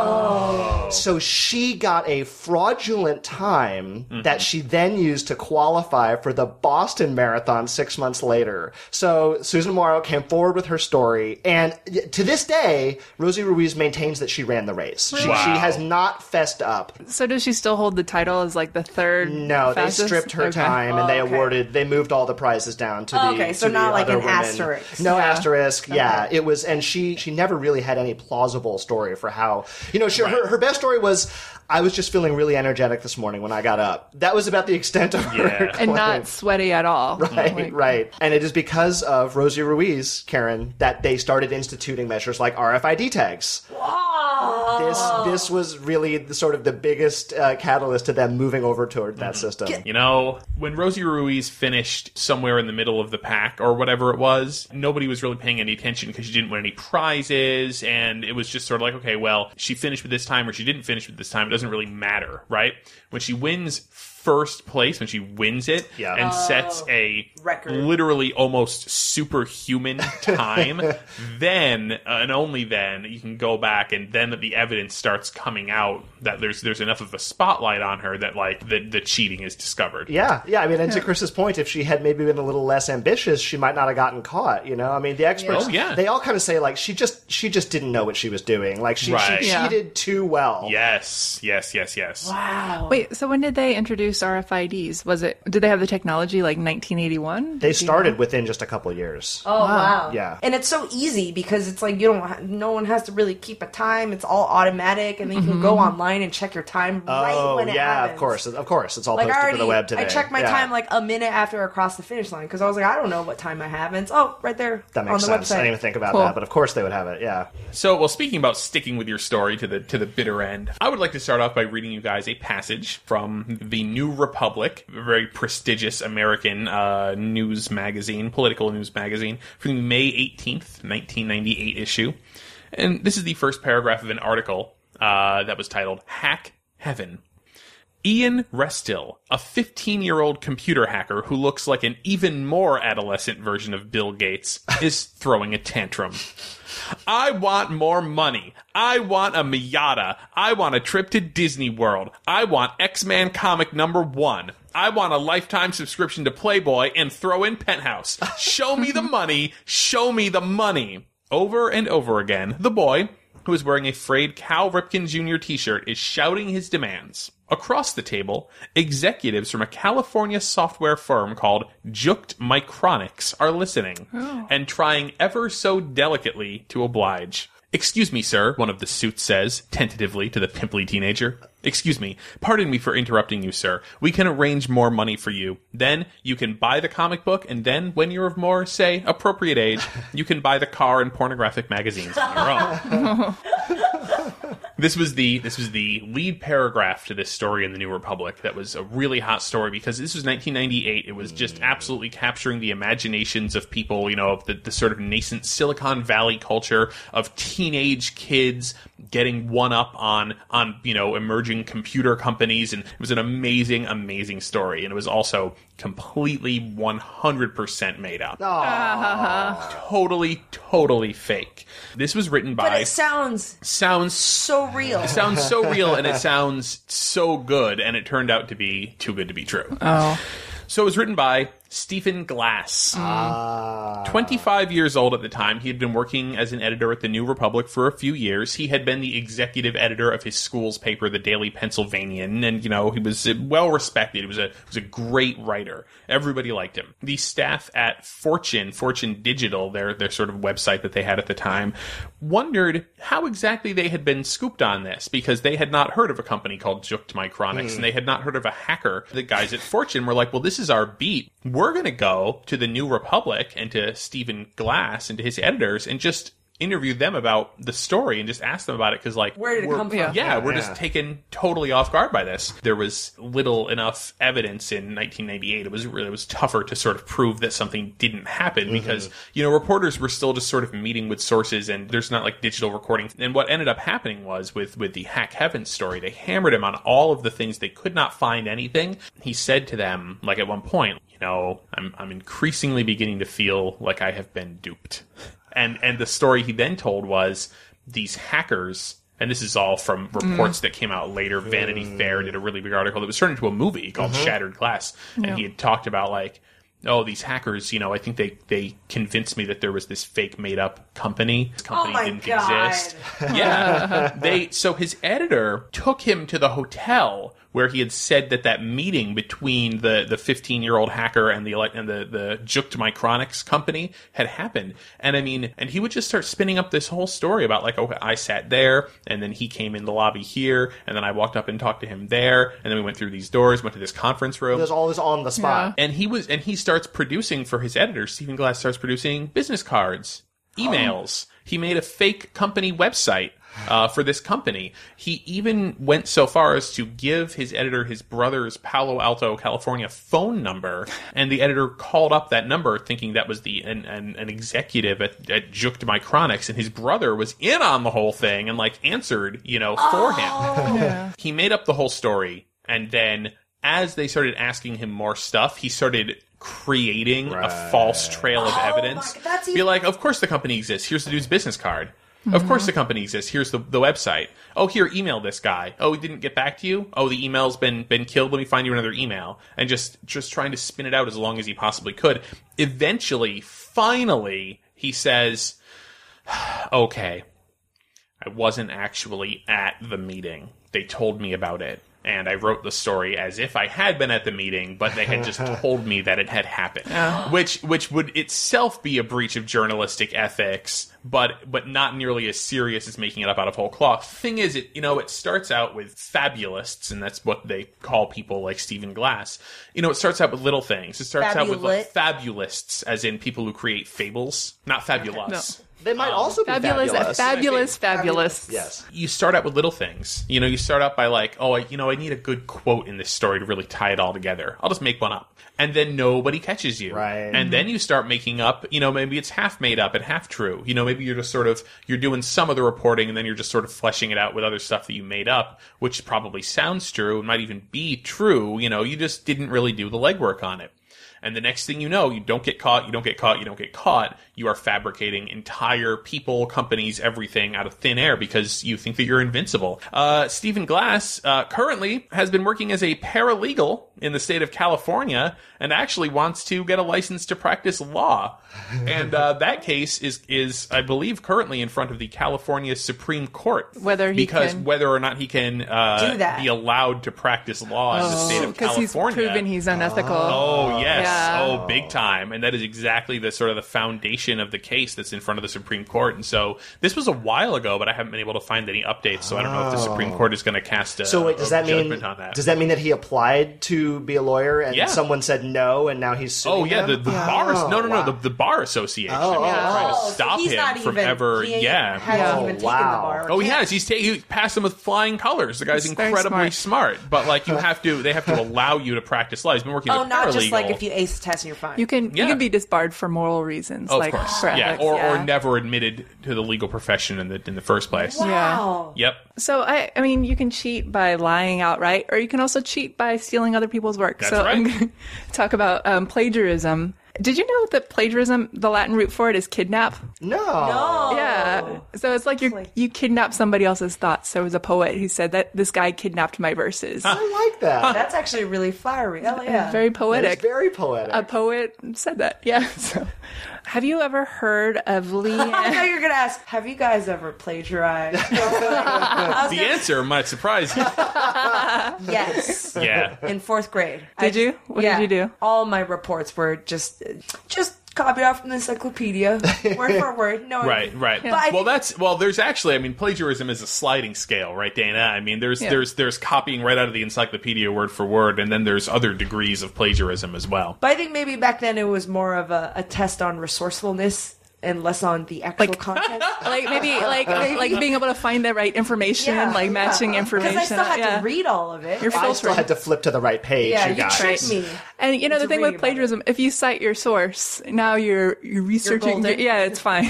[SPEAKER 4] Marathon. So she got a fraudulent time that she then used to qualify for the Boston Marathon six months later. So Susan Morrow came forward with her story, and to this day, Rosie Ruiz maintains that she ran the race. She, she
[SPEAKER 5] Wow.
[SPEAKER 4] has not fessed up.
[SPEAKER 3] So does she still hold the title as like the third?
[SPEAKER 4] No,
[SPEAKER 3] fastest?
[SPEAKER 4] they stripped her
[SPEAKER 3] Okay.
[SPEAKER 4] time and they awarded, they moved all the prizes down to the.
[SPEAKER 2] Oh, Okay, so
[SPEAKER 4] to the
[SPEAKER 2] not like
[SPEAKER 4] other
[SPEAKER 2] an
[SPEAKER 4] women.
[SPEAKER 2] asterisk.
[SPEAKER 4] No asterisk. Yeah, it was, and she she never really had any plausible story for how you know she, her her best story was. I was just feeling really energetic this morning when I got up. That was about the extent of her
[SPEAKER 5] Yeah.
[SPEAKER 3] and
[SPEAKER 4] claim.
[SPEAKER 3] not sweaty at all.
[SPEAKER 4] Right,
[SPEAKER 3] Like,
[SPEAKER 4] right. And it is because of Rosie Ruiz, Karen, that they started instituting measures like RFID tags. This this was really the, sort of the biggest uh, catalyst to them moving over toward that
[SPEAKER 2] Mm-hmm.
[SPEAKER 4] system.
[SPEAKER 5] You know, when Rosie Ruiz finished somewhere in the middle of the pack or whatever it was, nobody was really paying any attention because she didn't win any prizes. And it was just sort of like, okay, well, she finished with this time or she didn't finish with this time. It doesn't really matter, right? When she wins first place, when she wins it
[SPEAKER 4] Yeah.
[SPEAKER 5] and sets a
[SPEAKER 2] Record.
[SPEAKER 5] literally almost superhuman time, then uh, and only then you can go back and then the evidence starts coming out that there's there's enough of a spotlight on her that like the the cheating is discovered.
[SPEAKER 4] Yeah, yeah. I mean, and to Chris's point, if she had maybe been a little less ambitious, she might not have gotten caught. You know, I mean, the experts,
[SPEAKER 5] Oh, yeah.
[SPEAKER 4] they all kind of say like she just she just didn't know what she was doing. Like she,
[SPEAKER 5] Right.
[SPEAKER 4] she
[SPEAKER 3] Yeah.
[SPEAKER 4] cheated too well.
[SPEAKER 5] Yes, yes, yes, yes.
[SPEAKER 3] Wait, so when did they introduce RFIDs? Was it did they have the technology like 1981?
[SPEAKER 4] They started within just a couple years.
[SPEAKER 2] Oh wow.
[SPEAKER 4] Yeah.
[SPEAKER 2] And it's so easy because it's like you don't ha- no one has to really keep a time. It's all automatic and then you can go online and check your time right
[SPEAKER 4] oh
[SPEAKER 2] when it
[SPEAKER 4] yeah,
[SPEAKER 2] happens.
[SPEAKER 4] of course, of course. It's all
[SPEAKER 2] Like I
[SPEAKER 4] posted
[SPEAKER 2] already
[SPEAKER 4] to the web today.
[SPEAKER 2] I checked my
[SPEAKER 4] Yeah.
[SPEAKER 2] time like a minute after I crossed the finish line because I was like I don't know what time I have and it's oh right there
[SPEAKER 4] that
[SPEAKER 2] on
[SPEAKER 4] makes
[SPEAKER 2] the
[SPEAKER 4] sense.
[SPEAKER 2] website.
[SPEAKER 4] I didn't even think about
[SPEAKER 3] Cool.
[SPEAKER 4] that, but of course they would have it. Yeah.
[SPEAKER 5] So, well, speaking about sticking with your story to the to the bitter end, I would like to start off by reading you guys a passage from the New Republic, a very prestigious American uh, news magazine, political news magazine, from the May eighteenth, nineteen ninety eight issue, and this is the first paragraph of an article uh, that was titled "Hack Heaven." Ian Restill, a 15 year old computer hacker who looks like an even more adolescent version of Bill Gates, is throwing a tantrum. I want more money. I want a Miata. I want a trip to Disney World. I want X Man comic number one. I want a lifetime subscription to Playboy and throw in Penthouse. Show me the money. Show me the money. Over and over again, the boy, who is wearing a frayed Cal Ripken Jr. t shirt, is shouting his demands. Across the table, executives from a California software firm called Jukt Micronics are listening and trying ever so delicately to oblige. Excuse me, sir, one of the suits says, tentatively to the pimply teenager. Excuse me, pardon me for interrupting you, sir. We can arrange more money for you. Then you can buy the comic book, and then, when you're of more, say, appropriate age, you can buy the car and pornographic magazines on your own. this was the this was the lead paragraph to this story in the New Republic. That was a really hot story because this was 1998. It was just absolutely capturing the imaginations of people. You know, of the, the sort of nascent Silicon Valley culture of teenage kids getting one up on on you know emerging computer companies, and it was an amazing, amazing story. And it was also completely 100% made up, totally, totally fake. This was written by.
[SPEAKER 2] But it sounds
[SPEAKER 5] Sounds
[SPEAKER 2] so real.
[SPEAKER 5] it sounds so real and it sounds so good and it turned out to be too good to be true
[SPEAKER 3] Oh.
[SPEAKER 5] so it was written by stephen glass 25 years old at the time he had been working as an editor at the new republic for a few years he had been the executive editor of his school's paper the daily pennsylvanian and you know he was well respected he was a he was a great writer everybody liked him the staff at fortune fortune digital their their sort of website that they had at the time wondered how exactly they had been scooped on this because they had not heard of a company called Jukt Micronics and they had not heard of a hacker. The guys at Fortune were like, well, this is our beat. We're we're going to go to the New Republic and to Stephen Glass and to his editors and just interview them about the story and just ask them about it because like
[SPEAKER 2] Where did it come from?
[SPEAKER 5] yeah, we're
[SPEAKER 4] yeah.
[SPEAKER 5] just taken totally off guard by this. There was little enough evidence in 1998. It was really it was tougher to sort of prove that something didn't happen because you know reporters were still just sort of meeting with sources and there's not like digital recordings. And what ended up happening was with with the Hack Heaven story, they hammered him on all of the things they could not find anything. He said to them like at one point, you know, I'm I'm increasingly beginning to feel like I have been duped. And and the story he then told was these hackers and this is all from
[SPEAKER 2] Mm-hmm.
[SPEAKER 5] reports that came out later. Vanity
[SPEAKER 2] Mm.
[SPEAKER 5] Fair did a really big article that was turned into a movie called
[SPEAKER 2] Mm-hmm.
[SPEAKER 5] Shattered Glass, and he had talked about like, oh, these hackers. You know, I think they they convinced me that there was this fake made up company. This company
[SPEAKER 2] Oh my
[SPEAKER 5] didn't
[SPEAKER 2] God.
[SPEAKER 5] exist. Yeah, they. So his editor took him to the hotel where he had said that that meeting between the the 15 year old hacker and the elec- and the the Jukt Micronics company had happened. And I mean, and he would just start spinning up this whole story about like, okay, I sat there, and then he came in the lobby here, and then I walked up and talked to him there, and then we went through these doors, went to this conference room.
[SPEAKER 4] There's all this on the spot.
[SPEAKER 5] and he was and he starts producing for his editor stephen glass starts producing business cards emails he made a fake company website uh, for this company he even went so far as to give his editor his brother's palo alto california phone number and the editor called up that number thinking that was the an, an, an executive at, at jukt micronics and his brother was in on the whole thing and like answered you know for him he made up the whole story and then as they started asking him more stuff he started creating a false trail of evidence
[SPEAKER 2] Oh God, that's
[SPEAKER 5] be
[SPEAKER 2] even-
[SPEAKER 5] like of course the company exists here's the dude's business card of course the company exists here's the, the website oh here email this guy oh he didn't get back to you oh the email's been been killed let me find you another email and just just trying to spin it out as long as he possibly could eventually finally he says okay I wasn't actually at the meeting. They told me about it. And I wrote the story as if I had been at the meeting, but they had just told me that it had happened, which which would itself be a breach of journalistic ethics, but but not nearly as serious as making it up out of whole cloth. Thing is, it you know it starts out with fabulists, and that's what they call people like Stephen Glass. You know, it starts out with little things. It starts out with like, fabulists, as in people who create fables, not fabulous.
[SPEAKER 4] They might also be
[SPEAKER 3] Fabulous,
[SPEAKER 4] fabulous.
[SPEAKER 3] fabulous, fabulous.
[SPEAKER 4] Yes.
[SPEAKER 5] you start out with little things. You know, you start out by like, oh, I, you know, I need a good quote in this story to really tie it all together. I'll just make one up, and then nobody catches you.
[SPEAKER 4] Right.
[SPEAKER 5] And then you start making up. You know, maybe it's half made up and half true. You know, maybe you're just sort of you're doing some of the reporting, and then you're just sort of fleshing it out with other stuff that you made up, which probably sounds true and might even be true. You know, you just didn't really do the legwork on it. And the next thing you know, you don't get caught, you don't get caught, you don't get caught. You are fabricating entire people, companies, everything out of thin air because you think that you're invincible. Uh, Stephen Glass uh, currently has been working as a paralegal in the state of California and actually wants to get a license to practice law. And uh, that case is, is, I believe, currently in front of the California Supreme Court.
[SPEAKER 3] Whether he
[SPEAKER 5] because
[SPEAKER 3] can-
[SPEAKER 5] whether or not he can uh,
[SPEAKER 2] Do that.
[SPEAKER 5] be allowed to practice law in the state of
[SPEAKER 3] Because Oh. he's
[SPEAKER 5] California.
[SPEAKER 3] proven he's unethical.
[SPEAKER 2] Uh,
[SPEAKER 5] Oh yes,
[SPEAKER 3] Yeah.
[SPEAKER 5] oh big time, and that is exactly the sort of the foundation of the case that's in front of the Supreme Court. And so this was a while ago, but I haven't been able to find any updates, so I don't know if the
[SPEAKER 2] Oh.
[SPEAKER 5] Supreme Court is going to cast a
[SPEAKER 4] So wait, does
[SPEAKER 5] a
[SPEAKER 4] that mean
[SPEAKER 5] Oh, judgment on that.
[SPEAKER 4] does that mean that he applied to be a lawyer and
[SPEAKER 5] Yeah.
[SPEAKER 4] someone said no and now he's suing
[SPEAKER 5] Oh yeah, the,
[SPEAKER 4] them?
[SPEAKER 5] the bar. No, no, no. The, the bar association oh, trying to
[SPEAKER 2] Oh, so
[SPEAKER 5] stop
[SPEAKER 2] he's not
[SPEAKER 5] him from
[SPEAKER 2] even-
[SPEAKER 5] ever.
[SPEAKER 2] he ain't-
[SPEAKER 5] Yeah,
[SPEAKER 2] hasn't
[SPEAKER 4] Oh,
[SPEAKER 2] even taken
[SPEAKER 4] wow.
[SPEAKER 2] the bar.
[SPEAKER 5] Oh, he has. He's taking. He passed them with flying colors. The guy's
[SPEAKER 3] He's very
[SPEAKER 5] incredibly smart. but like you have to, they have to allow you to practice law. He's been working. as
[SPEAKER 2] Oh,
[SPEAKER 5] a
[SPEAKER 2] not just like
[SPEAKER 5] paralegal.
[SPEAKER 2] if you ace the test and you're fine.
[SPEAKER 3] You can
[SPEAKER 5] Yeah.
[SPEAKER 3] you can be disbarred for moral reasons,
[SPEAKER 5] Oh,
[SPEAKER 3] like
[SPEAKER 5] of course,
[SPEAKER 3] for
[SPEAKER 5] yeah,
[SPEAKER 3] ethics,
[SPEAKER 5] or,
[SPEAKER 3] yeah.
[SPEAKER 5] or never admitted to the legal profession in the in the first place.
[SPEAKER 2] wow.
[SPEAKER 5] Yep.
[SPEAKER 3] So I, I mean, you can cheat by lying outright, or you can also cheat by stealing other people's work.
[SPEAKER 5] That's
[SPEAKER 3] so I'm
[SPEAKER 5] right.
[SPEAKER 3] gonna talk about um, plagiarism. Did you know that plagiarism, the Latin root for it, is kidnap?
[SPEAKER 4] no.
[SPEAKER 2] Oh,
[SPEAKER 3] Yeah. So it's like you are you kidnap somebody else's thoughts. There was a poet who said that this guy kidnapped my verses.
[SPEAKER 4] I like that.
[SPEAKER 2] that's actually really flowery. Hell yeah.
[SPEAKER 3] Very
[SPEAKER 4] It's
[SPEAKER 3] poetic.
[SPEAKER 4] very poetic.
[SPEAKER 3] a poet said that. Yeah. So, have you ever heard of
[SPEAKER 2] I know
[SPEAKER 3] Leanne?
[SPEAKER 2] you're gonna ask. Have you guys ever plagiarized?
[SPEAKER 5] The answer might surprise you.
[SPEAKER 2] yes.
[SPEAKER 5] yeah.
[SPEAKER 2] In fourth grade.
[SPEAKER 3] Did you? What did you do?
[SPEAKER 2] All my reports were just, just copied off from the encyclopedia, word for word. No, I
[SPEAKER 5] Right,
[SPEAKER 2] didn't.
[SPEAKER 5] right.
[SPEAKER 2] But I
[SPEAKER 5] Well,
[SPEAKER 2] think-
[SPEAKER 5] that's well. There's actually, I mean, plagiarism is a sliding scale, right, Dana? I mean, there's
[SPEAKER 3] Yeah.
[SPEAKER 5] there's there's copying right out of the encyclopedia word for word, and then there's other degrees of plagiarism as well.
[SPEAKER 2] But I think maybe back then it was more of a, a test on resourcefulness and less on the actual
[SPEAKER 3] Like-
[SPEAKER 2] content.
[SPEAKER 3] like maybe like like being able to find the right information,
[SPEAKER 2] Yeah.
[SPEAKER 3] like matching information.
[SPEAKER 2] Because I still had
[SPEAKER 3] Yeah.
[SPEAKER 2] to read all of it.
[SPEAKER 3] You're
[SPEAKER 4] I
[SPEAKER 3] filtering.
[SPEAKER 4] still had to flip to the right page,
[SPEAKER 2] yeah,
[SPEAKER 4] you
[SPEAKER 2] you
[SPEAKER 4] guys.
[SPEAKER 2] tricked me.
[SPEAKER 3] And you know
[SPEAKER 2] It's
[SPEAKER 3] the
[SPEAKER 2] a
[SPEAKER 3] thing
[SPEAKER 2] reading about
[SPEAKER 3] with
[SPEAKER 2] it.
[SPEAKER 3] plagiarism, if you cite your source, now you're you're researching.
[SPEAKER 2] golden.
[SPEAKER 3] yeah, it's fine.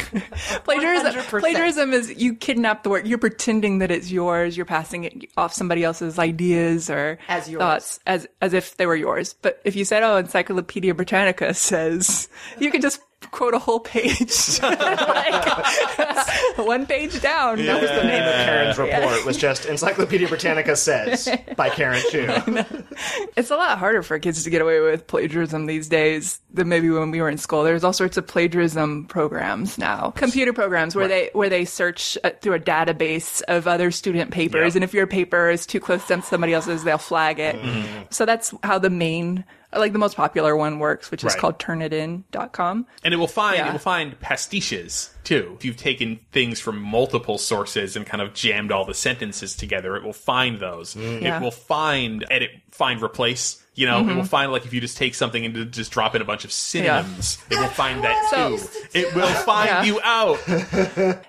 [SPEAKER 3] plagiarism,
[SPEAKER 2] 100%.
[SPEAKER 3] plagiarism is you kidnap the work. You're pretending that it's yours. You're passing it off somebody else's ideas or
[SPEAKER 2] As yours.
[SPEAKER 3] thoughts as as if they were yours. But if you said, "Oh, Encyclopedia Britannica says," you can just quote a whole page, Like, one page down.
[SPEAKER 4] That was the name of Karen's report. Was just Encyclopedia Britannica says by Karen Chu.
[SPEAKER 3] It's a lot harder for kids to get away with plagiarism these days than maybe when we were in school. There's all sorts of plagiarism programs now, computer programs where they where they search uh, through a database of other student papers,
[SPEAKER 5] Yeah.
[SPEAKER 3] and if your paper is too close to somebody else's, they'll flag it.
[SPEAKER 5] Mm-hmm.
[SPEAKER 3] So that's how the main, like the most popular one works, which is
[SPEAKER 5] Right.
[SPEAKER 3] called Turnitin.com.
[SPEAKER 5] And it will find it
[SPEAKER 3] Yeah.
[SPEAKER 5] will find pastiches too. If you've taken things from multiple sources and kind of jammed all the sentences together, it will find those.
[SPEAKER 3] Mm. Yeah. Mm-hmm.
[SPEAKER 5] It will find edit, find, replace. You know, it will find like if you just take something and d- just drop in a bunch of synonyms, it will find that
[SPEAKER 3] I
[SPEAKER 5] too.
[SPEAKER 3] used
[SPEAKER 5] It will find
[SPEAKER 3] Yeah.
[SPEAKER 5] you out.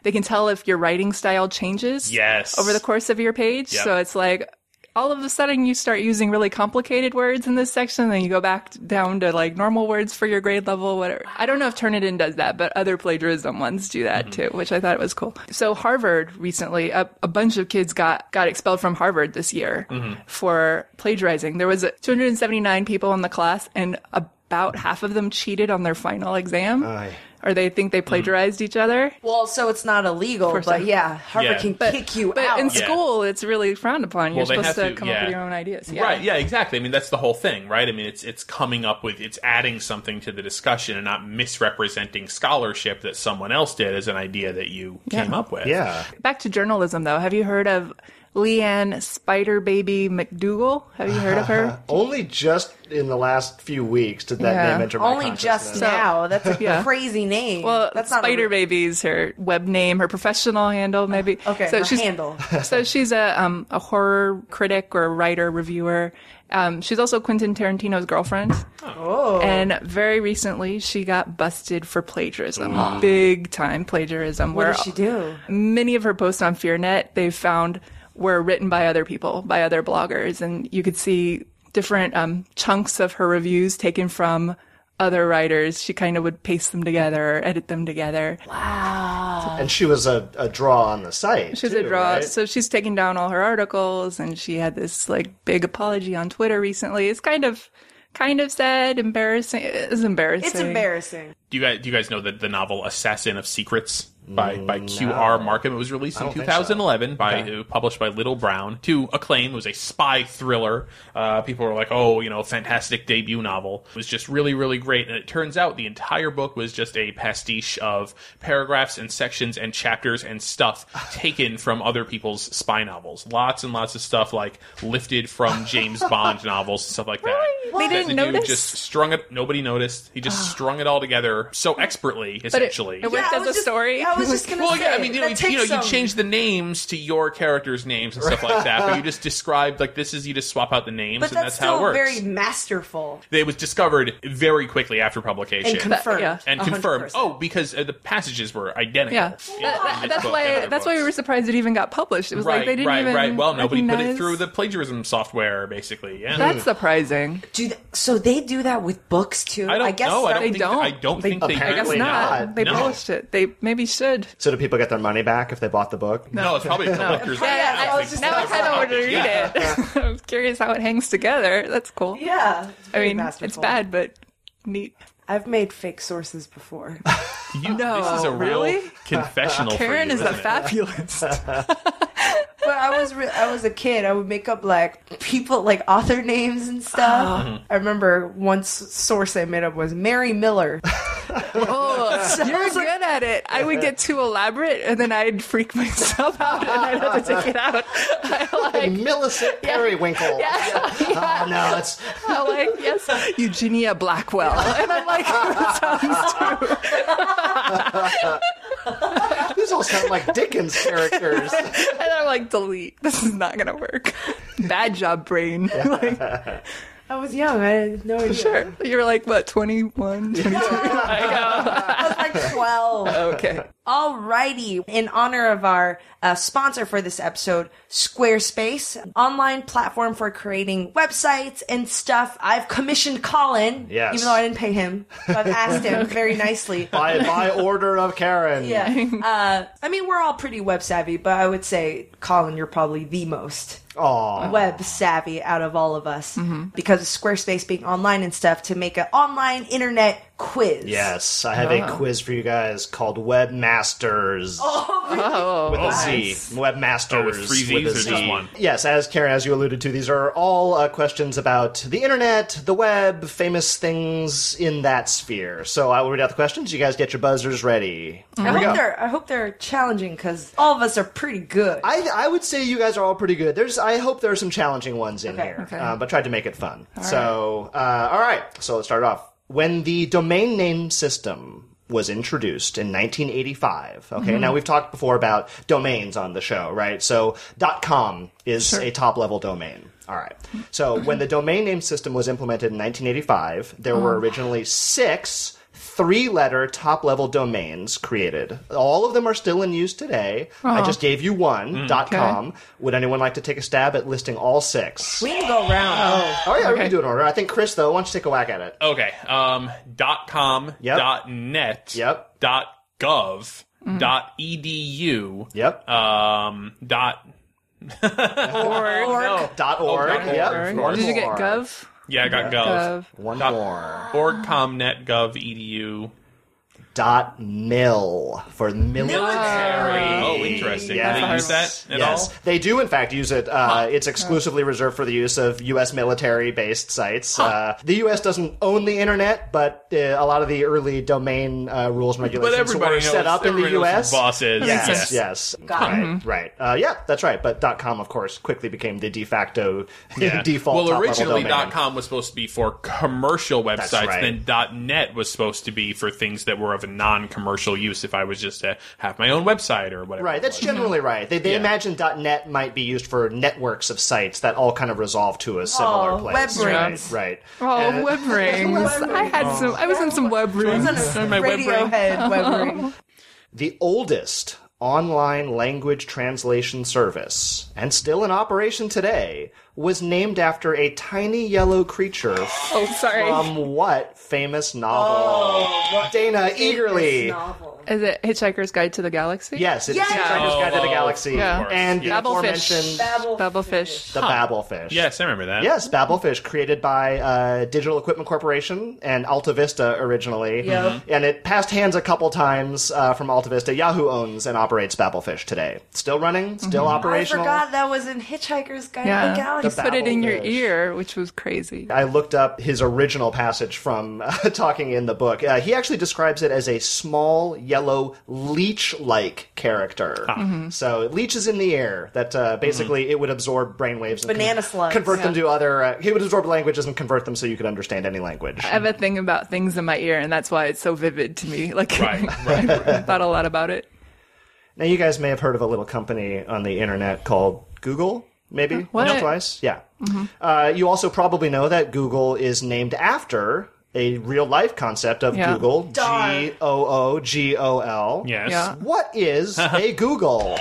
[SPEAKER 3] They can tell if your writing style changes
[SPEAKER 5] Yes.
[SPEAKER 3] over the course of your page.
[SPEAKER 5] Yep.
[SPEAKER 3] So it's like all of a sudden you start using really complicated words in this section, then you go back down to like normal words for your grade level, whatever. I don't know if Turnitin does that, but other plagiarism ones do that too, which I thought was cool. So Harvard recently, a, a bunch of kids got got expelled from Harvard this year for plagiarizing. There was uh, 279 people in the class, and about half of them cheated on their final exam.
[SPEAKER 4] Aye.
[SPEAKER 3] Or they think they plagiarized each other.
[SPEAKER 2] Well, so it's not illegal,
[SPEAKER 3] course
[SPEAKER 2] but
[SPEAKER 3] not.
[SPEAKER 2] yeah, Harvard
[SPEAKER 5] Yeah.
[SPEAKER 2] can
[SPEAKER 3] But-
[SPEAKER 2] kick you
[SPEAKER 3] but
[SPEAKER 2] out.
[SPEAKER 3] in
[SPEAKER 5] Yeah.
[SPEAKER 3] school, it's really frowned upon. You're
[SPEAKER 5] Well, they
[SPEAKER 3] supposed
[SPEAKER 5] have
[SPEAKER 3] to,
[SPEAKER 5] to,
[SPEAKER 3] come
[SPEAKER 5] yeah.
[SPEAKER 3] up with your own ideas. Yeah.
[SPEAKER 5] Right, yeah, exactly. I mean, that's the whole thing, right? I mean, it's it's coming up with it's adding something to the discussion and not misrepresenting scholarship that someone else did as an idea that you came up with.
[SPEAKER 4] Yeah.
[SPEAKER 3] Back to journalism, though. Have you heard of Leanne Spider Baby McDougal? Have you heard of her?
[SPEAKER 4] Only just in the last few weeks did that
[SPEAKER 3] Yeah.
[SPEAKER 4] name enter my
[SPEAKER 2] Only just
[SPEAKER 4] consciousness.
[SPEAKER 2] now. That's a
[SPEAKER 3] Yeah.
[SPEAKER 2] crazy name.
[SPEAKER 3] Well,
[SPEAKER 2] that's not a
[SPEAKER 3] Spider
[SPEAKER 2] re-
[SPEAKER 3] Baby's her web name, her professional handle, maybe.
[SPEAKER 2] Okay, her
[SPEAKER 3] she's,
[SPEAKER 2] handle.
[SPEAKER 3] so she's a um, a horror critic or writer reviewer. Um, she's also Quentin Tarantino's girlfriend. Oh. And very recently, she got busted for plagiarism, big time plagiarism.
[SPEAKER 2] What
[SPEAKER 3] where
[SPEAKER 2] does she do?
[SPEAKER 3] many of her posts on FearNet they found were written by other people, by other bloggers, and you could see different um, chunks of her reviews taken from other writers. She kind of would paste them together, or edit them together.
[SPEAKER 4] And she was a, a draw on the site.
[SPEAKER 3] She's a
[SPEAKER 4] too,
[SPEAKER 3] draw,
[SPEAKER 4] right?
[SPEAKER 3] so she's taken down all her articles, and she had this like big apology on Twitter recently. It's kind of, kind of sad, embarrassing. It's embarrassing.
[SPEAKER 2] It's embarrassing.
[SPEAKER 5] Do you guys do you guys know that the novel Assassin of Secrets by by Q.R. Markham it was released
[SPEAKER 4] Mm,
[SPEAKER 5] in
[SPEAKER 4] don't think
[SPEAKER 5] 2011 by uh, published by Little Brown to acclaim. It was a spy thriller. Uh, people were like, "Oh, you know, fantastic debut novel." It was just really really great, and it turns out the entire book was just a pastiche of paragraphs and sections and chapters and stuff taken from other people's spy novels. Lots and lots of stuff like lifted from James Bond novels and stuff like that.
[SPEAKER 3] They
[SPEAKER 5] That
[SPEAKER 3] didn't
[SPEAKER 5] the dude
[SPEAKER 3] notice?
[SPEAKER 5] Just strung it. Nobody noticed. He just strung it all together so expertly,
[SPEAKER 3] But it-
[SPEAKER 5] essentially.
[SPEAKER 3] it worked
[SPEAKER 2] I
[SPEAKER 3] as
[SPEAKER 2] was
[SPEAKER 3] a
[SPEAKER 2] just-
[SPEAKER 3] story.
[SPEAKER 2] I was just gonna
[SPEAKER 5] well,
[SPEAKER 2] say.
[SPEAKER 5] yeah, I mean, you know,
[SPEAKER 2] that
[SPEAKER 5] you,
[SPEAKER 2] takes
[SPEAKER 5] you know, you
[SPEAKER 2] some-
[SPEAKER 5] change the names to your characters' names and stuff like that, but you just describe like this is you just swap out the names,
[SPEAKER 2] but
[SPEAKER 5] and
[SPEAKER 2] that's
[SPEAKER 5] that's how it
[SPEAKER 2] still
[SPEAKER 5] works.
[SPEAKER 2] very masterful
[SPEAKER 5] They was discovered very quickly after
[SPEAKER 2] and
[SPEAKER 5] publication.
[SPEAKER 2] confirmed.
[SPEAKER 3] yeah.
[SPEAKER 5] And confirmed.
[SPEAKER 2] 100%.
[SPEAKER 5] Oh, because uh, the passages were identical.
[SPEAKER 3] Yeah, That-
[SPEAKER 5] in- in
[SPEAKER 3] that-
[SPEAKER 5] this
[SPEAKER 3] that's
[SPEAKER 5] book
[SPEAKER 3] why.
[SPEAKER 5] and other
[SPEAKER 3] That's why we
[SPEAKER 5] books.
[SPEAKER 3] were surprised it even got published. It was
[SPEAKER 5] right,
[SPEAKER 3] like they didn't
[SPEAKER 5] right,
[SPEAKER 3] even
[SPEAKER 5] right. Well, nobody put it
[SPEAKER 3] recognize-
[SPEAKER 5] through the plagiarism software, basically. Yeah,
[SPEAKER 3] That's surprising.
[SPEAKER 2] Do th- so they do that with books too.
[SPEAKER 5] I don't
[SPEAKER 2] guess
[SPEAKER 5] know. I
[SPEAKER 2] that-
[SPEAKER 5] don't
[SPEAKER 3] They
[SPEAKER 5] think
[SPEAKER 3] don't.
[SPEAKER 5] I don't think they.
[SPEAKER 3] I guess
[SPEAKER 4] Apparently
[SPEAKER 5] do.
[SPEAKER 3] not.
[SPEAKER 4] not.
[SPEAKER 3] They
[SPEAKER 5] No.
[SPEAKER 3] published it. They maybe should.
[SPEAKER 4] So do people get their money back if they bought the book?
[SPEAKER 5] No, it's probably a collector's.
[SPEAKER 2] Yeah,
[SPEAKER 5] item.
[SPEAKER 2] I was just
[SPEAKER 3] now I kind of want to read
[SPEAKER 5] Yeah.
[SPEAKER 3] it. I was curious how it hangs together. That's cool.
[SPEAKER 2] Yeah, it's
[SPEAKER 3] I
[SPEAKER 2] very
[SPEAKER 3] mean, it's
[SPEAKER 2] masterful.
[SPEAKER 3] bad, but neat.
[SPEAKER 2] I've made fake sources before.
[SPEAKER 5] You, this is a
[SPEAKER 3] No,
[SPEAKER 5] real
[SPEAKER 3] really?
[SPEAKER 5] confessional.
[SPEAKER 3] Karen
[SPEAKER 5] for you,
[SPEAKER 3] is a
[SPEAKER 5] isn't it?
[SPEAKER 3] fabulous.
[SPEAKER 2] But I was re- I was a kid. I would make up like people like author names and stuff. I remember one s- source I made up was Mary Miller,
[SPEAKER 3] Oh, you're good at it. I would get too elaborate, and then I'd freak myself out, and I'd have to take it out. I like,
[SPEAKER 4] Millicent Periwinkle. Oh no, it's
[SPEAKER 3] I like, yes, Eugenia Blackwell, and I'm like, that sounds true.
[SPEAKER 4] these all sound like Dickens characters.
[SPEAKER 3] And I'm like, delete. This is not gonna work. Bad job, brain. like,
[SPEAKER 2] I was young. I had no idea.
[SPEAKER 3] sure. You're like what, 21, 22?
[SPEAKER 2] I was like 12.
[SPEAKER 3] okay.
[SPEAKER 2] Alrighty, in honor of our uh, sponsor for this episode, Squarespace, an online platform for creating websites and stuff. I've commissioned Colin,
[SPEAKER 4] Yes.
[SPEAKER 2] even though I didn't pay him. But I've asked him very nicely.
[SPEAKER 4] by, by order of Karen.
[SPEAKER 2] Yeah, uh, I mean we're all pretty web savvy, but I would say Colin, you're probably the most
[SPEAKER 4] Aw.
[SPEAKER 2] web savvy out of all of us
[SPEAKER 3] Mm-hmm.
[SPEAKER 2] because of Squarespace being online and stuff to make an online internet quiz.
[SPEAKER 4] Yes, I have a quiz for you guys called Webmasters.
[SPEAKER 3] Oh,
[SPEAKER 4] with a Z. Webmasters
[SPEAKER 5] Oh, with three Zs
[SPEAKER 4] with a
[SPEAKER 5] or just
[SPEAKER 4] Z.
[SPEAKER 5] one?
[SPEAKER 4] Yes, as Karen, as you alluded to, these are all uh, questions about the internet, the web, famous things in that sphere. So I will read out the questions. You guys get your buzzers ready.
[SPEAKER 2] I hope they're I hope they're challenging because all of us are pretty good.
[SPEAKER 4] I, I would say you guys are all pretty good. There's I hope there are some challenging ones in
[SPEAKER 2] Okay,
[SPEAKER 4] here,
[SPEAKER 3] okay.
[SPEAKER 4] uh, but tried to make it fun. so uh, all right, so let's start off. When the domain name system was introduced in 1985. Okay, now we've talked before about domains on the show, right? So .com is a top level domain. All right. So when the domain name system was implemented in 1985, there were originally six three letter top level domains created. All of them are still in use today. I just gave you one, dot .com. Would anyone like to take a stab at listing all six?
[SPEAKER 2] we can go around.
[SPEAKER 4] oh, yeah, we can do it in order. I think Chris, though, why don't you take a whack at it?
[SPEAKER 5] Okay. Um. Dot com.
[SPEAKER 4] Yep.
[SPEAKER 5] Dot net.
[SPEAKER 4] Yep.
[SPEAKER 5] Dot gov. Dot edu.
[SPEAKER 4] Yep.
[SPEAKER 5] Um. Dot.
[SPEAKER 2] Org.
[SPEAKER 5] No.
[SPEAKER 4] dot .org.
[SPEAKER 5] dot
[SPEAKER 4] yep.
[SPEAKER 5] org.
[SPEAKER 4] One
[SPEAKER 3] Did you get
[SPEAKER 4] more.
[SPEAKER 3] Gov?
[SPEAKER 5] Yeah, I got
[SPEAKER 3] Gov.
[SPEAKER 5] gov.
[SPEAKER 4] One
[SPEAKER 5] Dot-
[SPEAKER 4] more.
[SPEAKER 5] Org. Com. Net. Gov. Edu.
[SPEAKER 4] Dot .mil for military.
[SPEAKER 5] Oh, interesting. Do they
[SPEAKER 4] Yes.
[SPEAKER 5] use that at
[SPEAKER 4] yes,
[SPEAKER 5] all?
[SPEAKER 4] they do in fact use it. Uh, It's exclusively reserved for the use of U.S. military-based sites. Uh, the U.S. doesn't own the internet, but uh, a lot of the early domain uh, rules and
[SPEAKER 5] But
[SPEAKER 4] regulations
[SPEAKER 5] everybody
[SPEAKER 4] were
[SPEAKER 5] knows,
[SPEAKER 4] set up in the
[SPEAKER 5] everybody knows who
[SPEAKER 4] U.S.
[SPEAKER 5] Boss is.
[SPEAKER 4] Yes, yes,
[SPEAKER 5] Yes.
[SPEAKER 4] right, right. Uh, yeah, that's right. But .com, of course, quickly became the de facto
[SPEAKER 5] Yeah.
[SPEAKER 4] default.
[SPEAKER 5] Well,
[SPEAKER 4] top-level
[SPEAKER 5] originally
[SPEAKER 4] domain.
[SPEAKER 5] .com was supposed to be for commercial websites,
[SPEAKER 4] right.
[SPEAKER 5] then .net was supposed to be for things that were of a non-commercial use. If I was just to have my own website or whatever.
[SPEAKER 4] Right, that's generally right. They, they imagined .net might be used for networks of sites that all kind of resolve to a similar
[SPEAKER 2] Oh,
[SPEAKER 4] place.
[SPEAKER 2] web
[SPEAKER 4] right,
[SPEAKER 2] rings.
[SPEAKER 4] right.
[SPEAKER 3] Oh, web rings. I had some. I was in some web rings.
[SPEAKER 5] my web brain.
[SPEAKER 2] Radiohead web ring.
[SPEAKER 4] the oldest online language translation service, and still in operation today, was named after a tiny yellow creature
[SPEAKER 3] Oh, sorry.
[SPEAKER 4] from what famous novel? Dana eagerly.
[SPEAKER 2] Novel.
[SPEAKER 3] Is it Hitchhiker's Guide to the Galaxy?
[SPEAKER 4] Yes, it's
[SPEAKER 2] Yes!
[SPEAKER 4] Hitchhiker's Guide to the
[SPEAKER 5] Oh,
[SPEAKER 4] Galaxy,
[SPEAKER 5] of
[SPEAKER 3] course.
[SPEAKER 4] and the
[SPEAKER 5] Yeah.
[SPEAKER 3] Babelfish.
[SPEAKER 4] aforementioned
[SPEAKER 2] Babel.
[SPEAKER 3] Babelfish.
[SPEAKER 4] the Babelfish.
[SPEAKER 5] Yes, I remember that.
[SPEAKER 4] Yes, Babelfish, created by uh, Digital Equipment Corporation and Alta Vista originally,
[SPEAKER 2] Yep.
[SPEAKER 4] and it passed hands a couple times uh, from Alta Vista. Yahoo owns and operates Babelfish today. Still running, still
[SPEAKER 2] Mm-hmm. I
[SPEAKER 4] operational.
[SPEAKER 2] forgot that was in Hitchhiker's Guide to
[SPEAKER 3] Yeah.
[SPEAKER 2] the
[SPEAKER 3] You
[SPEAKER 2] Galaxy.
[SPEAKER 3] put it in your
[SPEAKER 4] Babelfish.
[SPEAKER 3] ear, which was crazy.
[SPEAKER 4] I looked up his original passage from uh, talking in the book. Uh, he actually describes it as a small, yellow, leech like character.
[SPEAKER 2] Mm-hmm.
[SPEAKER 4] So, leech is in the air, that uh, basically it would absorb brainwaves and
[SPEAKER 2] Banana slugs.
[SPEAKER 4] convert them to other. Uh, he would absorb languages and convert them so you could understand any language.
[SPEAKER 3] I have a thing about things in my ear, and that's why it's so vivid to me. Like,
[SPEAKER 5] Right,
[SPEAKER 3] I thought a lot about it.
[SPEAKER 4] Now, you guys may have heard of a little company on the internet called Google, maybe
[SPEAKER 3] what? Mm-hmm.
[SPEAKER 4] once or twice. Yeah. Uh, you also probably know that Google is named after a real life concept of
[SPEAKER 3] Yeah.
[SPEAKER 4] Google, G O O G O L.
[SPEAKER 5] Yes.
[SPEAKER 3] Yeah.
[SPEAKER 4] What is a Google?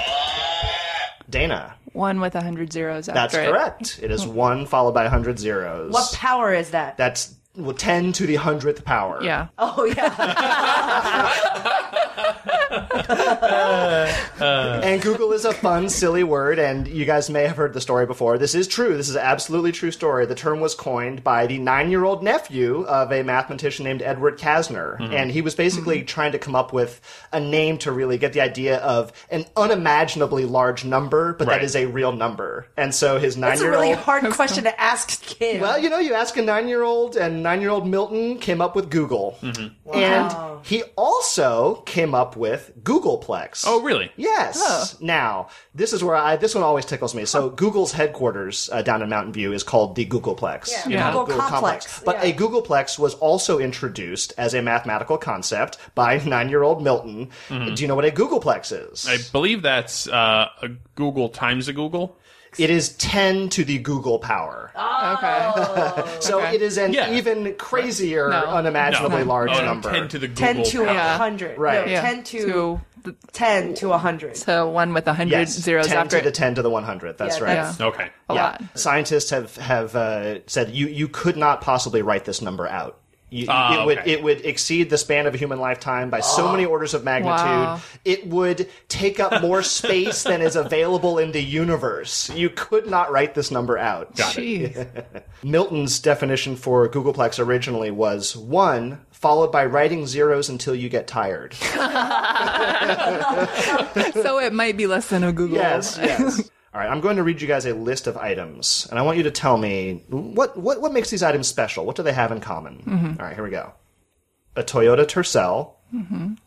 [SPEAKER 4] Dana.
[SPEAKER 3] One with a hundred zeros after
[SPEAKER 4] That's
[SPEAKER 3] it.
[SPEAKER 4] correct. It is one followed by 100 zeros.
[SPEAKER 2] What power is that?
[SPEAKER 4] That's well, 10 to the 100th power.
[SPEAKER 3] Yeah.
[SPEAKER 2] oh yeah.
[SPEAKER 4] And and Google is a fun, silly word, and you guys may have heard the story before. This is true. This is an absolutely true story. The term was coined by the nine-year-old nephew of a mathematician named Edward Kasner,
[SPEAKER 5] Mm-hmm.
[SPEAKER 4] and he was basically trying to come up with a name to really get the idea of an unimaginably large number, but
[SPEAKER 5] Right.
[SPEAKER 4] that is a real number. And so
[SPEAKER 2] That's
[SPEAKER 4] his
[SPEAKER 2] a
[SPEAKER 4] nine-year-old
[SPEAKER 2] really hard question to ask kids.
[SPEAKER 4] well, you know, you ask a nine year old, and nine year old Milton came up with Google.
[SPEAKER 5] Mm-hmm.
[SPEAKER 4] And he also came up with Googleplex.
[SPEAKER 5] Oh, really?
[SPEAKER 4] Yes. Now, this is where I, this one always tickles me. So, Google's headquarters uh, down in Mountain View is called the Googleplex.
[SPEAKER 2] Yeah.
[SPEAKER 4] You
[SPEAKER 5] Yeah.
[SPEAKER 4] know,
[SPEAKER 2] Google complex.
[SPEAKER 4] But
[SPEAKER 2] Yeah.
[SPEAKER 4] a Googleplex was also introduced as a mathematical concept by nine year old Milton. Do you know what a Googleplex is?
[SPEAKER 5] I believe that's uh, a Google times a Google.
[SPEAKER 4] It is 10 to the Google power.
[SPEAKER 3] Oh, Okay.
[SPEAKER 4] so,
[SPEAKER 3] okay.
[SPEAKER 4] it is an
[SPEAKER 5] Yeah.
[SPEAKER 4] even crazier,
[SPEAKER 3] No.
[SPEAKER 4] unimaginably large
[SPEAKER 5] oh, no,
[SPEAKER 4] number.
[SPEAKER 5] Ten to the Google.
[SPEAKER 2] 10 to a
[SPEAKER 5] power.
[SPEAKER 2] 100.
[SPEAKER 4] Right.
[SPEAKER 2] No,
[SPEAKER 4] Yeah.
[SPEAKER 2] 10 to,
[SPEAKER 3] to the
[SPEAKER 2] 10 to 100.
[SPEAKER 3] to one with a hundred
[SPEAKER 4] yes,
[SPEAKER 3] zeros
[SPEAKER 4] 10
[SPEAKER 3] after
[SPEAKER 4] to the
[SPEAKER 3] it.
[SPEAKER 4] 10 to the 100 that's
[SPEAKER 2] Yeah,
[SPEAKER 4] right
[SPEAKER 2] that's-
[SPEAKER 5] Okay.
[SPEAKER 3] a
[SPEAKER 4] yeah
[SPEAKER 3] lot.
[SPEAKER 4] scientists have have uh, said you you could not possibly write this number out you,
[SPEAKER 5] Ah,
[SPEAKER 4] it would
[SPEAKER 5] okay.
[SPEAKER 4] it would exceed the span of a human lifetime by so many orders of magnitude.
[SPEAKER 3] Wow.
[SPEAKER 4] It would take up more space than is available in the universe. You could not write this number out.
[SPEAKER 3] Jeez.
[SPEAKER 4] Milton's definition for Googleplex originally was one followed by writing zeros until you get tired.
[SPEAKER 3] so it might be less than a Google.
[SPEAKER 4] Yes, yes. All right, I'm going to read you guys a list of items, and I want you to tell me what what, what makes these items special. What do they have in common? All right, here we go. A Toyota Tercel,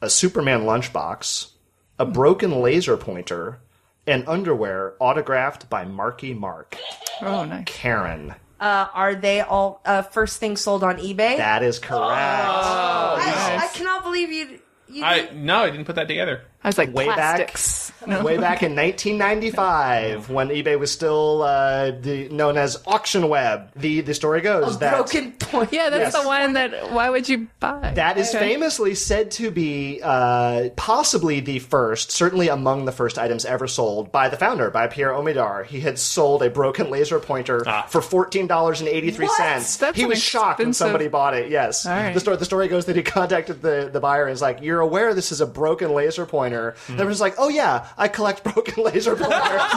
[SPEAKER 4] a Superman lunchbox, a broken laser pointer, and underwear autographed by Marky Mark.
[SPEAKER 3] Oh, nice.
[SPEAKER 4] Karen,
[SPEAKER 2] Uh, are they all uh, first thing sold on eBay?
[SPEAKER 4] that is correct.
[SPEAKER 2] I, I cannot believe you. you
[SPEAKER 5] I no, I didn't put that together.
[SPEAKER 3] I was like
[SPEAKER 4] Way back-
[SPEAKER 3] plastics.
[SPEAKER 4] Way back in 1995, when eBay was still uh, the, known as Auction Web, the the story goes that
[SPEAKER 2] broken point.
[SPEAKER 3] Yeah, that's
[SPEAKER 4] Yes.
[SPEAKER 3] the one that. Why would you buy?
[SPEAKER 4] That is famously said to be uh, possibly the first, certainly among the first items ever sold by the founder, by Pierre Omidar. He had sold a broken laser pointer for fourteen dollars and eighty three cents.
[SPEAKER 3] Ah. That's
[SPEAKER 4] He
[SPEAKER 3] an
[SPEAKER 4] was shocked when
[SPEAKER 3] expensive-
[SPEAKER 4] somebody bought it. Yes,
[SPEAKER 3] right.
[SPEAKER 4] the story the story goes that he contacted the, the buyer and is like, "You're aware this is a broken laser pointer?"
[SPEAKER 3] Hmm.
[SPEAKER 4] And everyone's like, "Oh yeah, I collect broken laser pointers."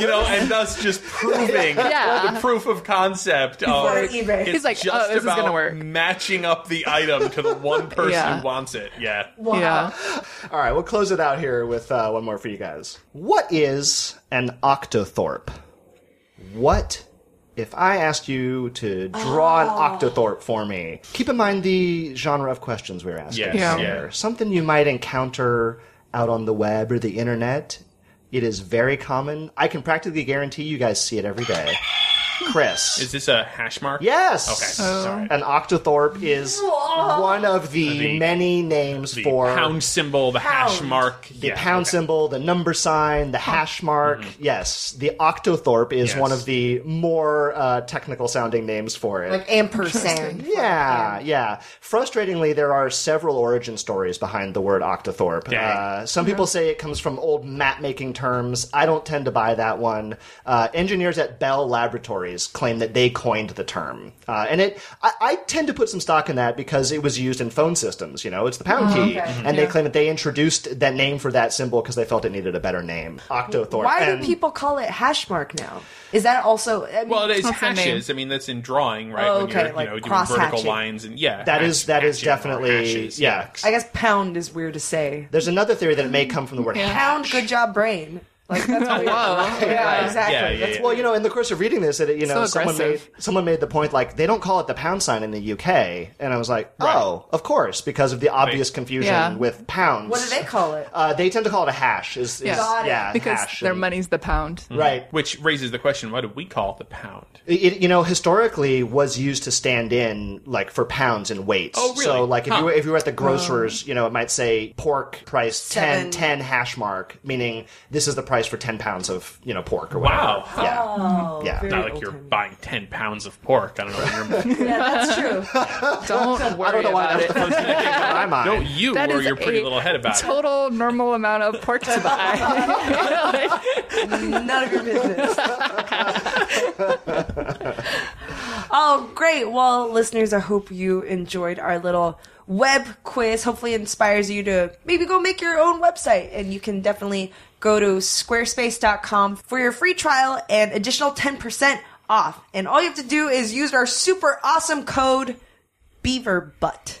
[SPEAKER 5] You know, and thus just proving
[SPEAKER 3] Yeah.
[SPEAKER 5] the proof of concept of
[SPEAKER 2] Before eBay.
[SPEAKER 5] it's
[SPEAKER 3] He's like,
[SPEAKER 5] just
[SPEAKER 3] "Oh, this is
[SPEAKER 5] about
[SPEAKER 3] gonna work."
[SPEAKER 5] matching up the item to the one person
[SPEAKER 3] Yeah.
[SPEAKER 5] who wants it. Yeah.
[SPEAKER 3] Yeah.
[SPEAKER 4] All right, we'll close it out here with uh, one more for you guys. What is an octothorpe? What if I asked you to draw an octothorpe for me? Keep in mind the genre of questions we're asking.
[SPEAKER 5] Yes,
[SPEAKER 3] Yeah.
[SPEAKER 5] yeah.
[SPEAKER 4] Something you might encounter out on the web or the internet. It is very common. I can practically guarantee you guys see it every day. Chris.
[SPEAKER 5] Is this a hash mark?
[SPEAKER 4] Yes.
[SPEAKER 5] Okay. Sorry.
[SPEAKER 4] An octothorpe is one of the,
[SPEAKER 5] The-
[SPEAKER 4] many names
[SPEAKER 5] The
[SPEAKER 4] for
[SPEAKER 5] pound symbol, the hash
[SPEAKER 2] Pound.
[SPEAKER 5] mark.
[SPEAKER 4] the pound symbol, the number sign, the hash mark. Yes, the octothorpe is
[SPEAKER 5] Yes.
[SPEAKER 4] one of the more uh, technical sounding names for it.
[SPEAKER 2] Like ampersand.
[SPEAKER 4] yeah, yeah. Frustratingly, there are several origin stories behind the word octothorpe.
[SPEAKER 5] Dang.
[SPEAKER 4] Uh, some people say it comes from old map making terms. I don't tend to buy that one. Uh, engineers at Bell Laboratories claim that they coined the term, uh, and it. I, I tend to put some stock in that because it was used in phone systems. You know, it's the pound key, and they claim that they introduced that name for that symbol because they felt it needed a better name, octothorpe.
[SPEAKER 2] Why
[SPEAKER 4] And-
[SPEAKER 2] do people call it hash mark now? Is that also? I mean,
[SPEAKER 5] Well, it's
[SPEAKER 3] That's the name.
[SPEAKER 5] hashes. I mean, that's in drawing, right?
[SPEAKER 2] Oh,
[SPEAKER 5] when
[SPEAKER 2] okay,
[SPEAKER 5] you're,
[SPEAKER 2] like
[SPEAKER 5] you know, doing
[SPEAKER 2] cross-hatching.
[SPEAKER 5] vertical lines and yeah.
[SPEAKER 4] That
[SPEAKER 5] hash-
[SPEAKER 4] is that is
[SPEAKER 5] hatching or
[SPEAKER 4] definitely
[SPEAKER 5] hashes,
[SPEAKER 4] yeah.
[SPEAKER 2] I guess pound is weird to say.
[SPEAKER 4] There's another theory that it may come from the word
[SPEAKER 2] Pound, good job, brain. Like that's weird. yeah, exactly.
[SPEAKER 5] Yeah, yeah,
[SPEAKER 2] That's-
[SPEAKER 5] yeah.
[SPEAKER 4] Well, you know, in the course of reading this, it, you
[SPEAKER 3] So
[SPEAKER 4] know, someone made,
[SPEAKER 3] aggressive.
[SPEAKER 4] someone made the point like they don't call it the pound sign in the UK, and I was like, oh, of course, because of the obvious confusion
[SPEAKER 3] Yeah.
[SPEAKER 4] with pounds.
[SPEAKER 2] What do they call it?
[SPEAKER 4] Uh, they tend to call it a hash. Is, is-
[SPEAKER 3] Yeah.
[SPEAKER 4] yeah,
[SPEAKER 3] Got
[SPEAKER 2] it.
[SPEAKER 3] Because
[SPEAKER 4] hash
[SPEAKER 3] their
[SPEAKER 4] and-
[SPEAKER 3] money's the pound.
[SPEAKER 4] right?
[SPEAKER 5] Which raises the question: Why do we call it the pound?
[SPEAKER 4] It, you know, historically was used to stand in like for pounds and weights.
[SPEAKER 5] Oh, really?
[SPEAKER 4] So like if
[SPEAKER 5] Huh.
[SPEAKER 4] you were, if you were
[SPEAKER 3] Um.
[SPEAKER 4] at the grocers, you know, it might say pork price
[SPEAKER 2] Seven.
[SPEAKER 4] 10, 10 hash mark, meaning this is the price for ten pounds of you know pork or whatever.
[SPEAKER 5] Wow.
[SPEAKER 4] Yeah.
[SPEAKER 2] Oh,
[SPEAKER 4] Yeah.
[SPEAKER 2] very
[SPEAKER 5] Not like
[SPEAKER 2] old
[SPEAKER 5] you're
[SPEAKER 2] timey.
[SPEAKER 5] buying ten pounds of pork. I don't know. What you're,
[SPEAKER 2] Yeah, that's true.
[SPEAKER 3] Don't worry
[SPEAKER 4] I don't know why
[SPEAKER 3] about
[SPEAKER 4] that's
[SPEAKER 3] it.
[SPEAKER 4] the first thing that came
[SPEAKER 2] Oh.
[SPEAKER 4] to my mind.
[SPEAKER 5] no, you
[SPEAKER 3] That
[SPEAKER 5] or
[SPEAKER 3] is
[SPEAKER 5] your pretty
[SPEAKER 3] a
[SPEAKER 5] little head about it.
[SPEAKER 3] total normal amount of pork to buy.
[SPEAKER 2] None of your business. oh, great. Well, listeners, I hope you enjoyed our little web quiz hopefully inspires you to maybe go make your own website. And you can definitely go to squarespace.com for your free trial and additional 10% off. And all you have to do is use our super awesome code BeaverButt.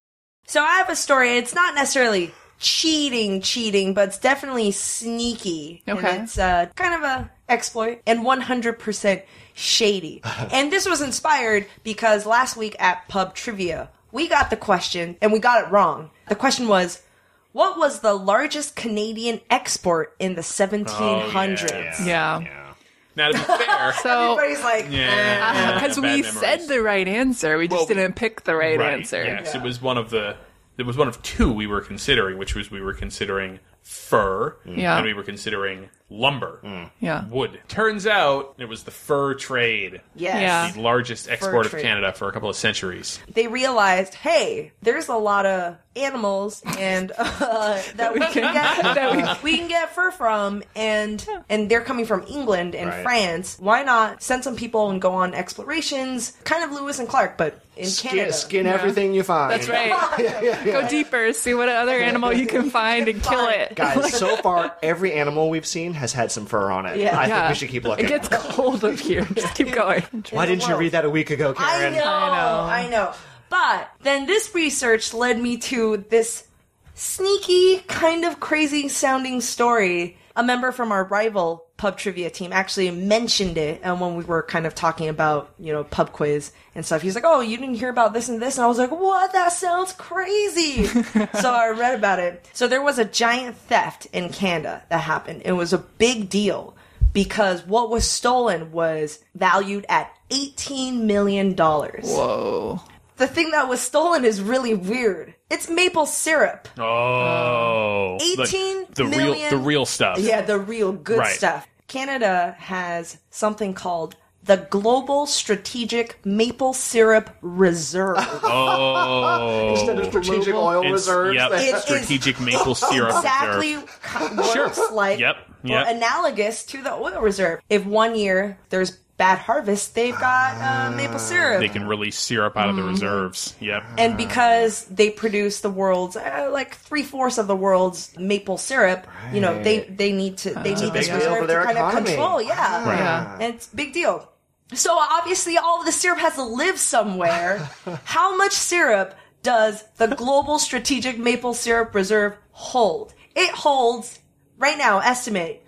[SPEAKER 2] So I have a story. It's not necessarily cheating, cheating, but it's definitely sneaky.
[SPEAKER 3] Okay.
[SPEAKER 2] And it's uh, kind of a exploit and 100% shady. and this was inspired because last week at Pub Trivia, we got the question and we got it wrong. The question was, what was the largest Canadian export in the 1700s?
[SPEAKER 3] Yeah.
[SPEAKER 5] Now to be fair,
[SPEAKER 3] So, uh,
[SPEAKER 2] Everybody's like,
[SPEAKER 5] yeah,
[SPEAKER 3] because
[SPEAKER 5] bad
[SPEAKER 3] we
[SPEAKER 5] memories.
[SPEAKER 3] said the right answer, we just
[SPEAKER 5] Well,
[SPEAKER 3] didn't pick the right, answer.
[SPEAKER 5] Yes, it was one of the. It was one of two we were considering, which was we were considering fur,
[SPEAKER 3] Mm. Yeah. Mm.
[SPEAKER 5] and we were considering lumber,
[SPEAKER 3] Yeah.
[SPEAKER 5] wood. Turns out it was the fur trade,
[SPEAKER 2] yes.
[SPEAKER 3] Yeah.
[SPEAKER 5] the largest export of
[SPEAKER 2] trade.
[SPEAKER 5] Canada for a couple of centuries.
[SPEAKER 2] They realized, hey, there's a lot of animals and uh, that we can get
[SPEAKER 3] that
[SPEAKER 2] we can get fur from and and they're coming from England and
[SPEAKER 4] Right.
[SPEAKER 2] France. Why not send some people and go on explorations? Kind of Lewis and Clark, but in
[SPEAKER 4] Skin,
[SPEAKER 2] Canada.
[SPEAKER 4] skin everything you find.
[SPEAKER 3] That's right. Go deeper, see what other animal you can find and kill it.
[SPEAKER 4] Guys, so far every animal we've seen has had some fur on it.
[SPEAKER 2] Yeah.
[SPEAKER 4] I
[SPEAKER 3] Yeah.
[SPEAKER 4] think we should keep looking.
[SPEAKER 3] It gets cold up here. Just keep going.
[SPEAKER 4] Why didn't you read that a week ago,
[SPEAKER 2] I
[SPEAKER 4] Karen?
[SPEAKER 2] know, I know. But then this research led me to this sneaky, kind of crazy sounding story. A member from our rival pub trivia team actually mentioned it and when we were kind of talking about, you know, pub quiz and stuff. He's like, Oh, you didn't hear about this and this and I was like, What? That sounds crazy So I read about it. So there was a giant theft in Canada that happened. It was a big deal because what was stolen was valued at $18 million. Whoa. The thing that was stolen is really weird. It's maple syrup.
[SPEAKER 5] Oh,
[SPEAKER 2] 18
[SPEAKER 5] the real
[SPEAKER 2] million-
[SPEAKER 5] the real stuff.
[SPEAKER 2] Yeah, the real good
[SPEAKER 5] Right.
[SPEAKER 2] stuff. Canada has something called the Global Strategic Maple Syrup Reserve.
[SPEAKER 5] Oh,
[SPEAKER 4] Instead of strategic
[SPEAKER 3] Global-
[SPEAKER 4] oil
[SPEAKER 5] It's-
[SPEAKER 4] reserves.
[SPEAKER 5] yep.
[SPEAKER 4] that-
[SPEAKER 2] It is
[SPEAKER 5] strategic maple syrup.
[SPEAKER 2] exactly
[SPEAKER 5] reserve.
[SPEAKER 2] ki- what
[SPEAKER 5] Sure.
[SPEAKER 2] it looks like
[SPEAKER 5] Yep, yep.
[SPEAKER 2] or analogous to the oil reserve. If one year there's bad harvest, they've got uh, maple syrup.
[SPEAKER 5] They can release syrup out of
[SPEAKER 3] Mm.
[SPEAKER 5] the reserves. Yep.
[SPEAKER 2] and because they produce the world's uh, like three fourths of the world's maple syrup, you know they they need to they need this
[SPEAKER 4] big deal for
[SPEAKER 2] reserve
[SPEAKER 4] their
[SPEAKER 2] to kind of
[SPEAKER 4] economy.
[SPEAKER 2] control. Yeah, and it's a big deal. So obviously, all of the syrup has to live somewhere. How much syrup does the Global Strategic Maple Syrup Reserve hold? It holds right now estimate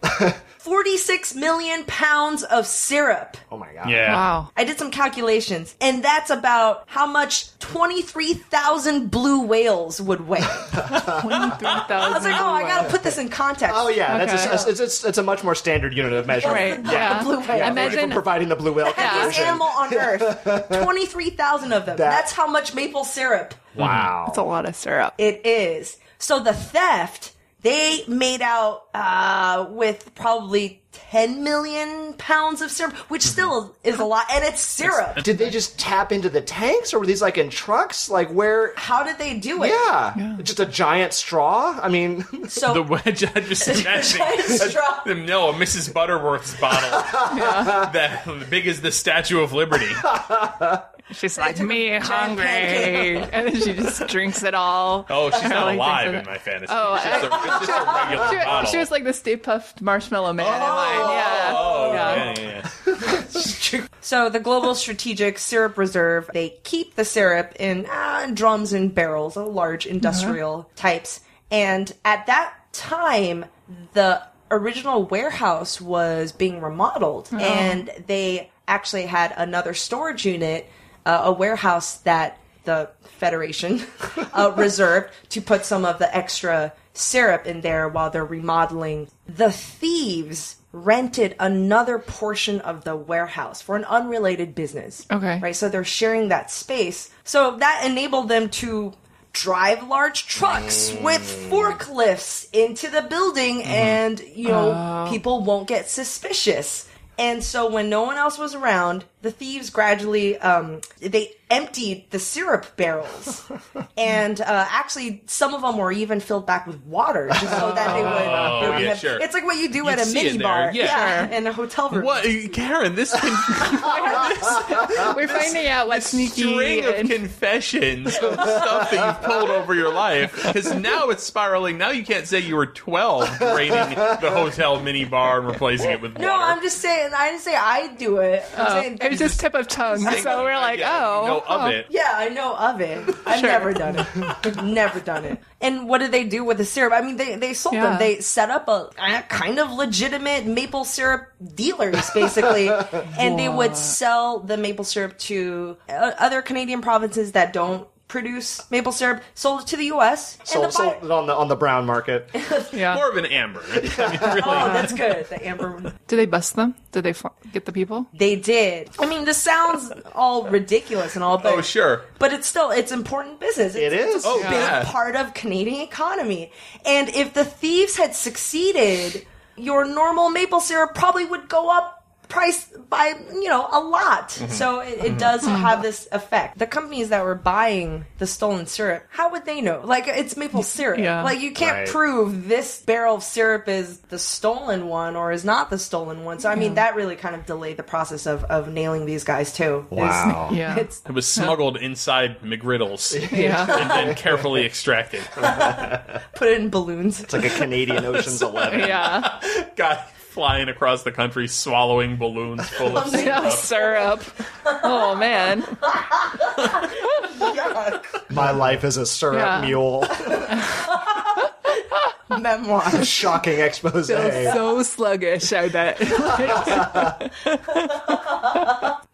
[SPEAKER 2] forty six million pounds of syrup.
[SPEAKER 4] oh my god.
[SPEAKER 5] Yeah.
[SPEAKER 3] Wow.
[SPEAKER 2] I did some calculations, and that's about how much 23,000 blue whales would weigh. I
[SPEAKER 3] 23,000.
[SPEAKER 2] was like, oh, I gotta put this in context.
[SPEAKER 4] Oh yeah, that's
[SPEAKER 3] Okay.
[SPEAKER 4] a, it's, it's it's a much more standard unit of measurement.
[SPEAKER 3] Right.
[SPEAKER 4] Yeah.
[SPEAKER 3] Yeah.
[SPEAKER 2] blue whale.
[SPEAKER 4] Yeah, thank you for
[SPEAKER 3] Imagine
[SPEAKER 4] providing the blue whale
[SPEAKER 2] Biggest
[SPEAKER 4] comparison.
[SPEAKER 2] animal on earth. 23,000 of them.
[SPEAKER 4] That-
[SPEAKER 2] That's how much maple syrup
[SPEAKER 4] Mm-hmm. Wow.
[SPEAKER 3] that's a lot of syrup.
[SPEAKER 2] it is. So the theft, they made out uh, with probably 10 million pounds of syrup, which still is a lot, and it's syrup.
[SPEAKER 4] Did they just tap into the tanks, or were these like in trucks? Like where?
[SPEAKER 2] How did they do it?
[SPEAKER 4] Yeah, just a giant straw. I mean,
[SPEAKER 2] So
[SPEAKER 5] The wedge I just imagining.
[SPEAKER 2] straw.
[SPEAKER 5] No, Mrs. Butterworth's bottle. that big as the Statue of Liberty.
[SPEAKER 3] She's like, me
[SPEAKER 2] giant
[SPEAKER 3] hungry.
[SPEAKER 2] pancake.
[SPEAKER 3] And then she just drinks it all.
[SPEAKER 5] Oh, she's
[SPEAKER 3] I
[SPEAKER 5] not
[SPEAKER 3] like
[SPEAKER 5] alive
[SPEAKER 3] things
[SPEAKER 5] in my fantasy.
[SPEAKER 3] Oh,
[SPEAKER 5] it's, just a, it's just a regular
[SPEAKER 3] She,
[SPEAKER 5] bottle.
[SPEAKER 3] she was like the Stay Puffed Marshmallow Man in mine. Yeah.
[SPEAKER 5] Oh,
[SPEAKER 3] yeah.
[SPEAKER 5] yeah, yeah, yeah.
[SPEAKER 2] So the Global Strategic Syrup Reserve, they keep the syrup in uh, drums and barrels, uh, large industrial types. And at that time, the original warehouse was being remodeled, and they actually had another storage unit, uh, a warehouse that the Federation uh, reserved to put some of the extra syrup in there while they're remodeling. The thieves rented another portion of the warehouse for an unrelated business.
[SPEAKER 3] Okay.
[SPEAKER 2] Right? So they're sharing that space. So that enabled them to drive large trucks
[SPEAKER 5] Mm.
[SPEAKER 2] with forklifts into the building
[SPEAKER 5] Uh-huh.
[SPEAKER 2] and you know people won't get suspicious and so when no one else was around the thieves gradually um, they emptied the syrup barrels and uh, actually some of them were even filled back with water just so that they would, they would
[SPEAKER 5] Oh, yeah,
[SPEAKER 2] have-
[SPEAKER 5] sure.
[SPEAKER 2] it's like what you do
[SPEAKER 5] You'd
[SPEAKER 2] at a
[SPEAKER 5] see it
[SPEAKER 2] mini
[SPEAKER 5] there,
[SPEAKER 2] bar
[SPEAKER 5] yeah.
[SPEAKER 2] in a hotel room
[SPEAKER 5] What, uh, Karen? This con-
[SPEAKER 3] We're finding out what sneaky
[SPEAKER 5] string of
[SPEAKER 3] and
[SPEAKER 5] confessions of stuff that you've pulled over your life because now it's spiraling. Now you can't say you were twelve raiding the hotel mini bar and replacing it with
[SPEAKER 2] no
[SPEAKER 5] water.
[SPEAKER 2] i'm just saying i didn't say i do it i'm saying
[SPEAKER 3] it was just tip of tongue. So we're like,
[SPEAKER 5] Yeah,
[SPEAKER 3] oh,
[SPEAKER 5] you know of it.
[SPEAKER 2] Yeah, I know of it. I've never done it. never done it. And what did they do with the syrup? I mean, they, they sold
[SPEAKER 3] Yeah.
[SPEAKER 2] them. They set up a, a kind of legitimate maple syrup dealers, basically. and they would sell the maple syrup to uh, other Canadian provinces that don't produce maple syrup, sold it to the U.S.
[SPEAKER 4] sold,
[SPEAKER 2] and the buyer-
[SPEAKER 4] sold it on the on the brown market.
[SPEAKER 3] yeah.
[SPEAKER 5] More of an amber. I mean, really.
[SPEAKER 2] Oh, that's good. The amber one.
[SPEAKER 3] Did they bust them? Did they fl- get the people?
[SPEAKER 2] They did. I mean, this sounds all ridiculous and all, but
[SPEAKER 5] oh, sure.
[SPEAKER 2] but it's still it's important business. It's,
[SPEAKER 4] It is.
[SPEAKER 2] a
[SPEAKER 5] Oh,
[SPEAKER 2] big
[SPEAKER 5] yeah.
[SPEAKER 2] part of Canadian economy. And if the thieves had succeeded, your normal maple syrup probably would go up price by you know a lot.
[SPEAKER 4] Mm-hmm.
[SPEAKER 2] So it, it does have this effect. The companies that were buying the stolen syrup, how would they know? Like it's maple syrup.
[SPEAKER 3] Yeah.
[SPEAKER 2] Like you can't
[SPEAKER 4] Right.
[SPEAKER 2] prove this barrel of syrup is the stolen one or is not the stolen one. So I mean that really kind of delayed the process of of nailing these guys too. Is-
[SPEAKER 4] Wow.
[SPEAKER 3] Yeah.
[SPEAKER 2] It's
[SPEAKER 5] It was smuggled inside McGriddles
[SPEAKER 3] yeah.
[SPEAKER 5] and then carefully extracted.
[SPEAKER 2] put it in balloons.
[SPEAKER 4] It's like a Canadian Ocean's Eleven.
[SPEAKER 3] yeah.
[SPEAKER 5] Guy flying across the country, swallowing balloons full of
[SPEAKER 3] No syrup. Oh man.
[SPEAKER 4] My life is a syrup
[SPEAKER 3] Yeah.
[SPEAKER 4] mule.
[SPEAKER 2] memoir.
[SPEAKER 4] Shocking expose.
[SPEAKER 3] So sluggish, I bet.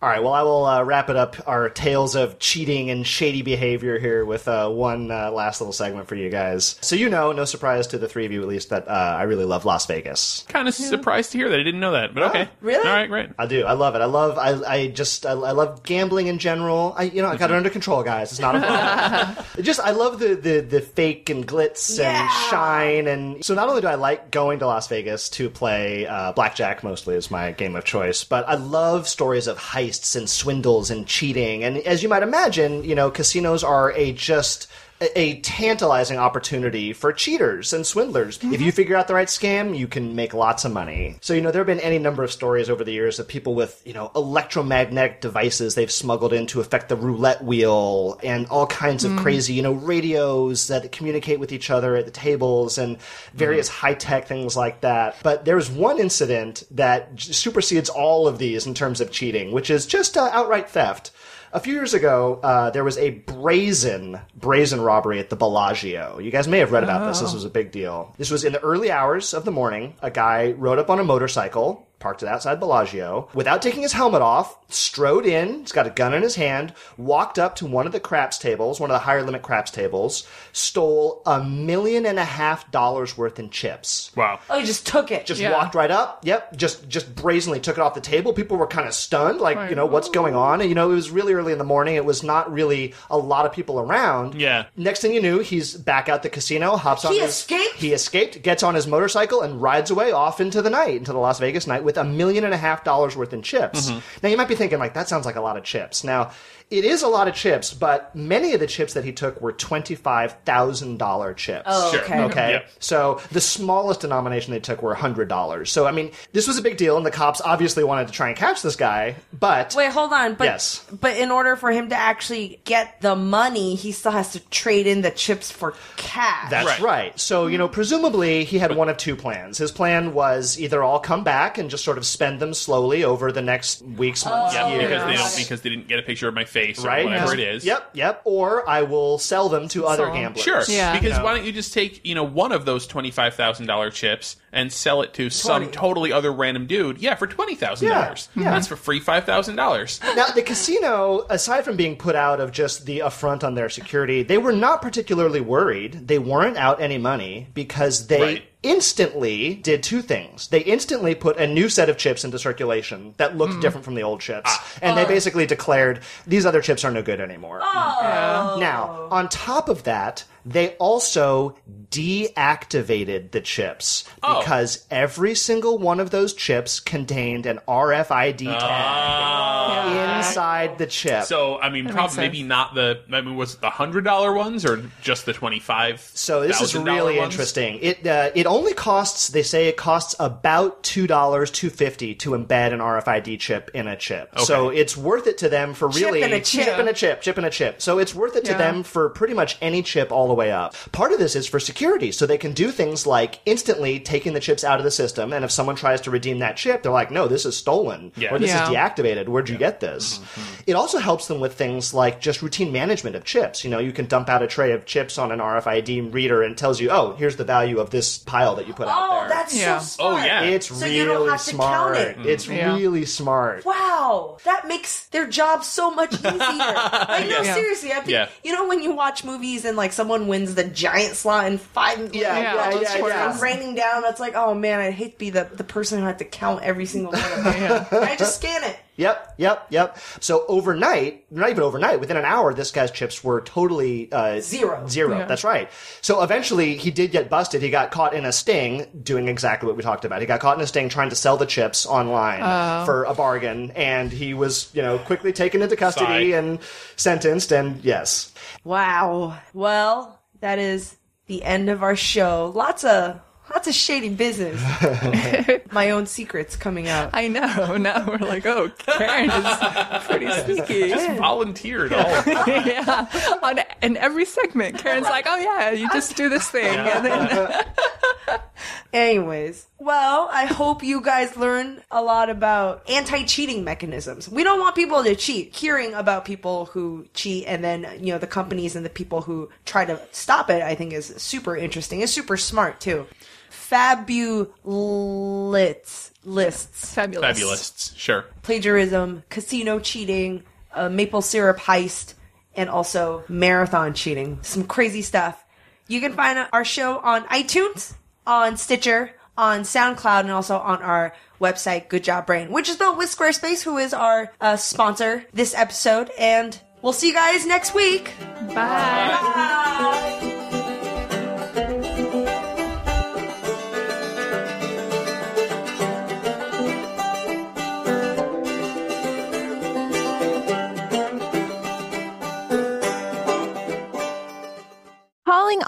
[SPEAKER 4] All right. Well, I will uh, wrap it up. Our tales of cheating and shady behavior here with uh, one uh, last little segment for you guys. So you know, no surprise to the three of you at least that uh, I really love Las Vegas.
[SPEAKER 5] kind of surprised to hear that. I didn't know that, but okay.
[SPEAKER 2] really?
[SPEAKER 5] All right, great.
[SPEAKER 4] I do. I love it. I love. I. I just. I, I love gambling in general. I. You know. I got it under control, guys. It's not a problem. It just. I love the the the fake and glitz and
[SPEAKER 2] Yeah.
[SPEAKER 4] shine and. So not only do I like going to Las Vegas to play uh, blackjack, mostly is my game of choice, but I love stories of heists and swindles and cheating. And as you might imagine, you know, casinos are a just. a- A tantalizing opportunity for cheaters and swindlers. If you figure out the right scam, you can make lots of money. So, you know, there have been any number of stories over the years of people with, you know, electromagnetic devices they've smuggled in to affect the roulette wheel and all kinds of crazy, you know, radios that communicate with each other at the tables and various high tech things like that. But there was one incident that j- supersedes all of these in terms of cheating, which is just uh, outright theft. A few years ago, uh, there was a brazen, brazen robbery at the Bellagio. You guys may have read about this. This was a big deal. This was in the early hours of the morning. A guy rode up on a motorcycle, parked it outside Bellagio, without taking his helmet off, strode in, he's got a gun in his hand, walked up to one of the craps tables, one of the higher limit craps tables, stole a million and a half dollars worth in chips.
[SPEAKER 5] Wow.
[SPEAKER 2] Oh, you just took it.
[SPEAKER 4] Just
[SPEAKER 3] Yeah.
[SPEAKER 4] walked right up. Yep. Just just brazenly took it off the table. People were kind of stunned, like, you know, what's going on? And you know, it was really early in the morning. It was not really a lot of people around.
[SPEAKER 5] Yeah.
[SPEAKER 4] Next thing you knew, he's back out the casino, hops on
[SPEAKER 2] He
[SPEAKER 4] his
[SPEAKER 2] escaped?
[SPEAKER 4] He escaped, gets on his motorcycle, and rides away off into the night, into the Las Vegas night, with a million and a half dollars worth in chips. Now you might be thinking, like, that sounds like a lot of chips. Now It is a lot of chips, but many of the chips that he took were $25,000 chips.
[SPEAKER 2] Oh,
[SPEAKER 5] Sure.
[SPEAKER 2] okay.
[SPEAKER 4] Okay.
[SPEAKER 5] Yep.
[SPEAKER 4] So the smallest denomination they took were $100. So, I mean, this was a big deal, and the cops obviously wanted to try and catch this guy, but.
[SPEAKER 2] Wait, hold on. But
[SPEAKER 4] Yes.
[SPEAKER 2] but in order for him to actually get the money, he still has to trade in the chips for cash.
[SPEAKER 4] That's
[SPEAKER 5] Right.
[SPEAKER 4] right. So, you know, presumably he had one of two plans. His plan was either all come back and just sort of spend them slowly over the next weeks, months,
[SPEAKER 5] Yeah,
[SPEAKER 4] years.
[SPEAKER 5] because they don't because they didn't get a picture of my face
[SPEAKER 4] right?
[SPEAKER 5] or whatever it is.
[SPEAKER 4] Yep, yep. Or I will sell them to other
[SPEAKER 3] them.
[SPEAKER 4] gamblers.
[SPEAKER 5] Sure.
[SPEAKER 3] Yeah.
[SPEAKER 5] Because why don't you just take, you know, one of those twenty five thousand dollar chips and sell it to some totally other random dude, yeah, for twenty thousand dollars.
[SPEAKER 4] Yeah. Yeah.
[SPEAKER 5] That's for free five thousand dollars.
[SPEAKER 4] Now, the casino, aside from being put out of just the affront on their security, they were not particularly worried. They weren't out any money because they
[SPEAKER 5] Right.
[SPEAKER 4] instantly did two things. They instantly put a new set of chips into circulation that looked different from the old chips. and they basically declared these other chips are no good anymore. Now, on top of that, they also deactivated the chips because every single one of those chips contained an RFID
[SPEAKER 5] Ah.
[SPEAKER 4] tag inside the chip.
[SPEAKER 5] So I mean, probably maybe not the. I mean, was it the hundred dollar ones or just the twenty five?
[SPEAKER 4] So this is really interesting. It uh, it only costs they say it costs about two dollars two fifty to embed an RFID chip in a chip. So it's worth it to them for really
[SPEAKER 2] and a chip.
[SPEAKER 4] chip and a chip, chip and a chip. So it's worth it to them for pretty much any chip all the way up. Part of this is for security, so they can do things like instantly taking the chips out of the system, and if someone tries to redeem that chip, they're like, no, this is stolen
[SPEAKER 5] Yeah.
[SPEAKER 4] or this
[SPEAKER 3] Yeah.
[SPEAKER 4] is deactivated. Where'd you get this? It also helps them with things like just routine management of chips. You know, you can dump out a tray of chips on an RFID reader and it tells you, oh, here's the value of this pile that you put out
[SPEAKER 2] Oh,
[SPEAKER 4] there.
[SPEAKER 2] that's
[SPEAKER 3] Yeah.
[SPEAKER 2] so smart.
[SPEAKER 5] Oh, yeah.
[SPEAKER 4] it's
[SPEAKER 2] so
[SPEAKER 4] really
[SPEAKER 2] you don't have to
[SPEAKER 4] smart.
[SPEAKER 2] count it. Mm-hmm.
[SPEAKER 4] It's
[SPEAKER 3] Yeah.
[SPEAKER 4] really smart.
[SPEAKER 2] Wow, that makes their job so much easier. Like, no,
[SPEAKER 3] Yeah.
[SPEAKER 2] seriously, I think,
[SPEAKER 5] Yeah.
[SPEAKER 2] you know when you watch movies and like someone wins the giant slot in five,
[SPEAKER 4] Yeah,
[SPEAKER 2] like,
[SPEAKER 3] yeah,
[SPEAKER 2] like,
[SPEAKER 3] yeah,
[SPEAKER 2] it's
[SPEAKER 3] yeah.
[SPEAKER 2] like raining down. It's like, oh man, I hate to be the, the person who had to count every single one. Of them. I just scan it.
[SPEAKER 4] Yep, yep, yep. So overnight, not even overnight, within an hour, this guy's chips were totally uh,
[SPEAKER 2] Zero.
[SPEAKER 4] Zero. That's right. So eventually, he did get busted. He got caught in a sting doing exactly what we talked about. He got caught in a sting trying to sell the chips online for a bargain, and he was, you know, quickly taken into custody
[SPEAKER 5] Sigh.
[SPEAKER 4] and sentenced. And yes,
[SPEAKER 2] Wow. Well, that is the end of our show. Lots of lots of shady business. My own secrets coming out.
[SPEAKER 3] I know. Now we're like, oh, Karen is pretty sneaky.
[SPEAKER 5] Volunteered Oh, all.
[SPEAKER 3] yeah. On e-, in every segment, Karen's like, "Oh yeah, you just do this thing." And then,
[SPEAKER 2] Anyways, well, I hope you guys learn a lot about anti-cheating mechanisms. We don't want people to cheat. Hearing about people who cheat and then, you know, the companies and the people who try to stop it, I think is super interesting. It's super smart too. Fabulous lists.
[SPEAKER 3] fabulous.
[SPEAKER 5] Fabulists. Sure.
[SPEAKER 2] plagiarism, casino cheating, uh, maple syrup heist, and also marathon cheating. Some crazy stuff. You can find our show on iTunes, on Stitcher, on SoundCloud, and also on our website, Good Job Brain, which is built with Squarespace, who is our uh, sponsor this episode. And we'll see you guys next week.
[SPEAKER 3] Bye.
[SPEAKER 8] Calling